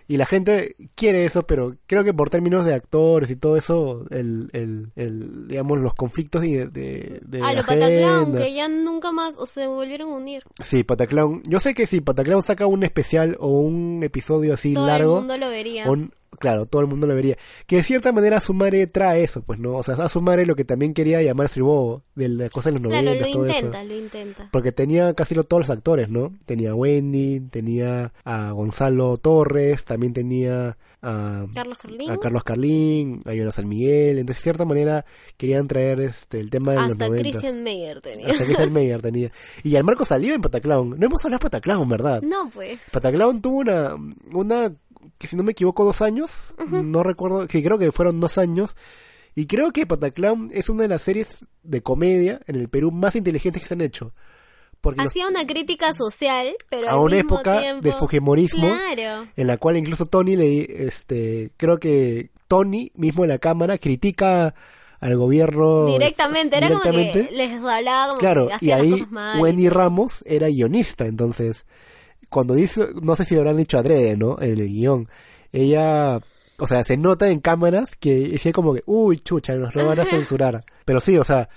Y la gente quiere eso, pero creo que por términos de actores y todo eso, el, el, el digamos, los conflictos y de, de, de
a lo
agenda.
Pataclown, Ah, que ya nunca más o se volvieron a unir.
Sí, Pataclown. Yo sé que si Pataclown saca un especial o un episodio así
Todo
largo,
el mundo lo vería.
un- claro, todo el mundo lo vería. Que de cierta manera Sumare trae eso, pues, ¿no? O sea, a Sumare lo que también quería llamar Bobo de la cosa de los
Claro,
noventas,
lo
todo
intenta,
eso.
lo intenta.
Porque tenía casi lo- todos los actores, ¿no? Tenía a Wendy, tenía a Gonzalo Torres, también tenía a,
Carlos Carlín,
a Carlos Carlín, a Jonas San Miguel. Entonces, de cierta manera, querían traer este el tema de los
hasta
noventas.
Christian Meyer tenía.
*laughs* Hasta Christian Meyer tenía. Y al Marco salió en Pataclown. No hemos hablado de Pataclown, ¿verdad?
No, pues.
Pataclown tuvo una, una que si no me equivoco, dos años. No recuerdo, sí, creo que fueron dos años. Y creo que Pataclown es una de las series de comedia en el Perú más inteligentes que se han hecho. Porque los-
Hacía una crítica social, pero
a
al
una
mismo
época
tiempo-
del fujimorismo
Claro.
en la cual incluso Tony le di- este creo que Tony mismo en la cámara critica al gobierno
Directamente, era como
directamente.
que les hablaba como
Claro,
que
y
hacían las
ahí
cosas mal.
Wendy Ramos era guionista, entonces, cuando dice, no sé si lo habrán dicho adrede, ¿no? En el guión, ella, o sea, se nota en cámaras que decía como que, uy, chucha, nos lo
*laughs*
van a censurar. Pero sí, o sea,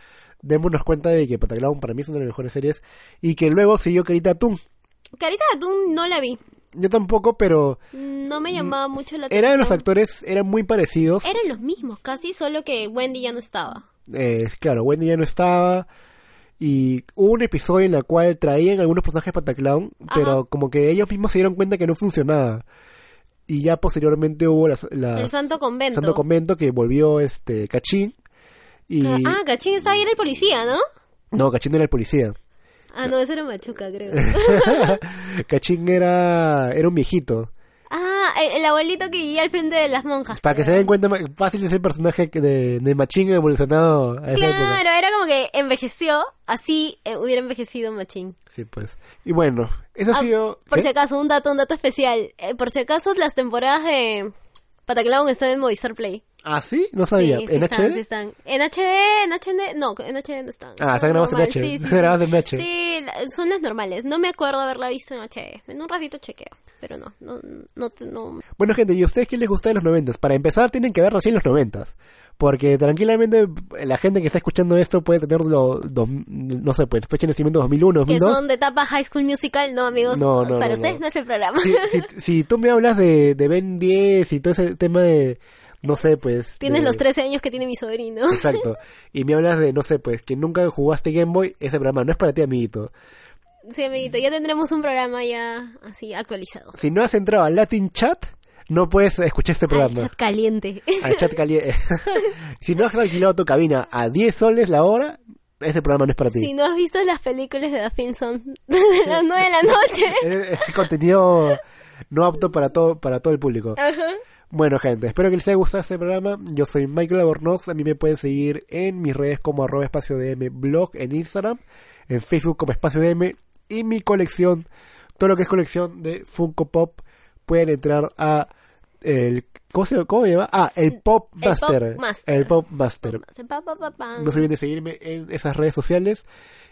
démonos cuenta de que Pataclown para mí es una de las mejores series y que luego siguió Carita Atún.
Carita de Atún no la vi.
Yo tampoco, pero
No me llamaba mucho la atención.
Mm, eran los actores, eran muy parecidos.
Eran los mismos casi, solo que Wendy ya no estaba.
Eh, claro, Wendy ya no estaba. Y hubo un episodio en el cual traían algunos personajes Pataclown, pero como que ellos mismos se dieron cuenta que no funcionaba. Y ya posteriormente hubo las, las-
El Santo Convento.
Santo Convento que volvió este Cachín. Y
Ca- Ah, Cachín estaba ahí, era el policía, ¿no?
no, Cachín no era el policía. *laughs*
Ah, no, ese era Machuca, creo. *laughs*
Cachín era era un viejito.
ah, el, el abuelito que guía al frente de las monjas.
Para que se den cuenta ma- fácil ese personaje que de, de Machín evolucionado a esa época.
Claro, era como que envejeció, así eh, hubiera envejecido Machín.
Sí, pues. Y bueno, eso ha
Ah,
sido
Por
¿Qué?
si acaso, un dato, un dato especial. Eh, por si acaso, las temporadas de Pataclown están en Movistar Play.
¿Ah, sí? No sabía.
sí, sí
¿En
están,
HD?
sí están. En HD, en HD, no, en HD no están.
Ah,
Son
están grabadas en
normal,
HD.
Sí, sí, sí.
*laughs* Grabadas en HD.
Sí, la- son las normales. No me acuerdo haberla visto en HD. En un ratito chequeo, pero no, no, no, te- no.
Bueno, gente, ¿y a ustedes qué les gusta de los noventas? Para empezar, tienen que ver recién los noventas. Porque tranquilamente la gente que está escuchando esto puede tener, lo- dos- no sé, pues fecha de nacimiento 2001,
Que
2002.
son de etapa High School Musical, no, amigos.
No, no,
para
no,
ustedes
no.
no. es el programa. *laughs*
Si, si- si tú me hablas de, de Ben 10 y todo ese tema de, no sé, pues...
Tienes
de-
los 13 años que tiene mi sobrino. *laughs*
Exacto. Y me hablas de, no sé, pues, que nunca jugaste Game Boy, ese programa no es para ti, amiguito.
Sí, amiguito, ya tendremos un programa ya así actualizado.
Si no has entrado al Latin Chat, no puedes escuchar este
Al
programa.
chat caliente. *laughs*
al chat caliente. *laughs* si no has alquilado tu cabina a 10 soles la hora, ese programa no es para ti.
Si no has visto las películas de Daffinson *laughs* de las 9 de la
*laughs*
noche.
Es- es contenido no apto para todo, para todo el público.
Ajá.
Bueno, gente, espero que les haya gustado este programa. Yo soy Michael Abornoz. A mí me pueden seguir en mis redes como arroba espacio DM blog en Instagram, en Facebook como espacio DM y mi colección, todo lo que es colección de Funko Pop, pueden entrar a el ¿cómo se cómo se llama? Ah, el Pop
El Pop
Master.
Master.
El Pop Master.
Pa, pa, pa, pam.
No se olviden de seguirme en esas redes sociales.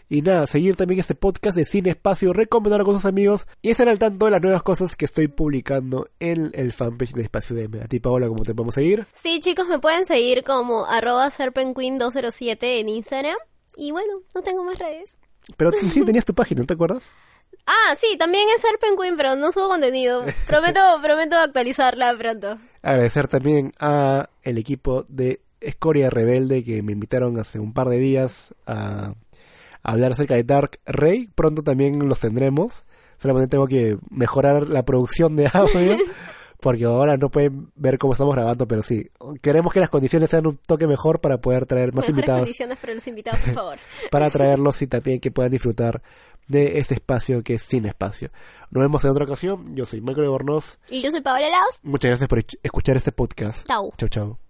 Y nada, seguir también este podcast de Cine Espacio, recomendarlo con sus amigos y estar al tanto de las nuevas cosas que estoy publicando en el fanpage de Espacio DM. A ti, Paola, ¿cómo te podemos seguir?
Sí, chicos, me pueden seguir como arroba serpenqueen207 en Instagram. Y bueno, no tengo más redes.
Pero tú sí tenías tu página, ¿no te acuerdas?
Ah, sí, también es serpenqueen, pero no subo
*laughs*
contenido. Prometo, prometo actualizarla pronto.
Agradecer también a el equipo de Escoria Rebelde que me invitaron hace un par de días a, a hablar acerca de Dark Rey. Pronto también los tendremos. Solamente tengo que mejorar la producción de audio. Porque ahora no pueden ver cómo estamos grabando, pero sí. Queremos que las condiciones sean un toque mejor para poder traer
*laughs*
más
Mejores
invitados
condiciones para los invitados, por
*laughs*
favor.
para traerlos y también que puedan disfrutar de este espacio que es sin espacio. Nos vemos en otra ocasión. Yo soy Michael Bornoz.
Y yo soy Paola Laos.
Muchas gracias por escuchar este podcast.
Chau.
Chau, chau.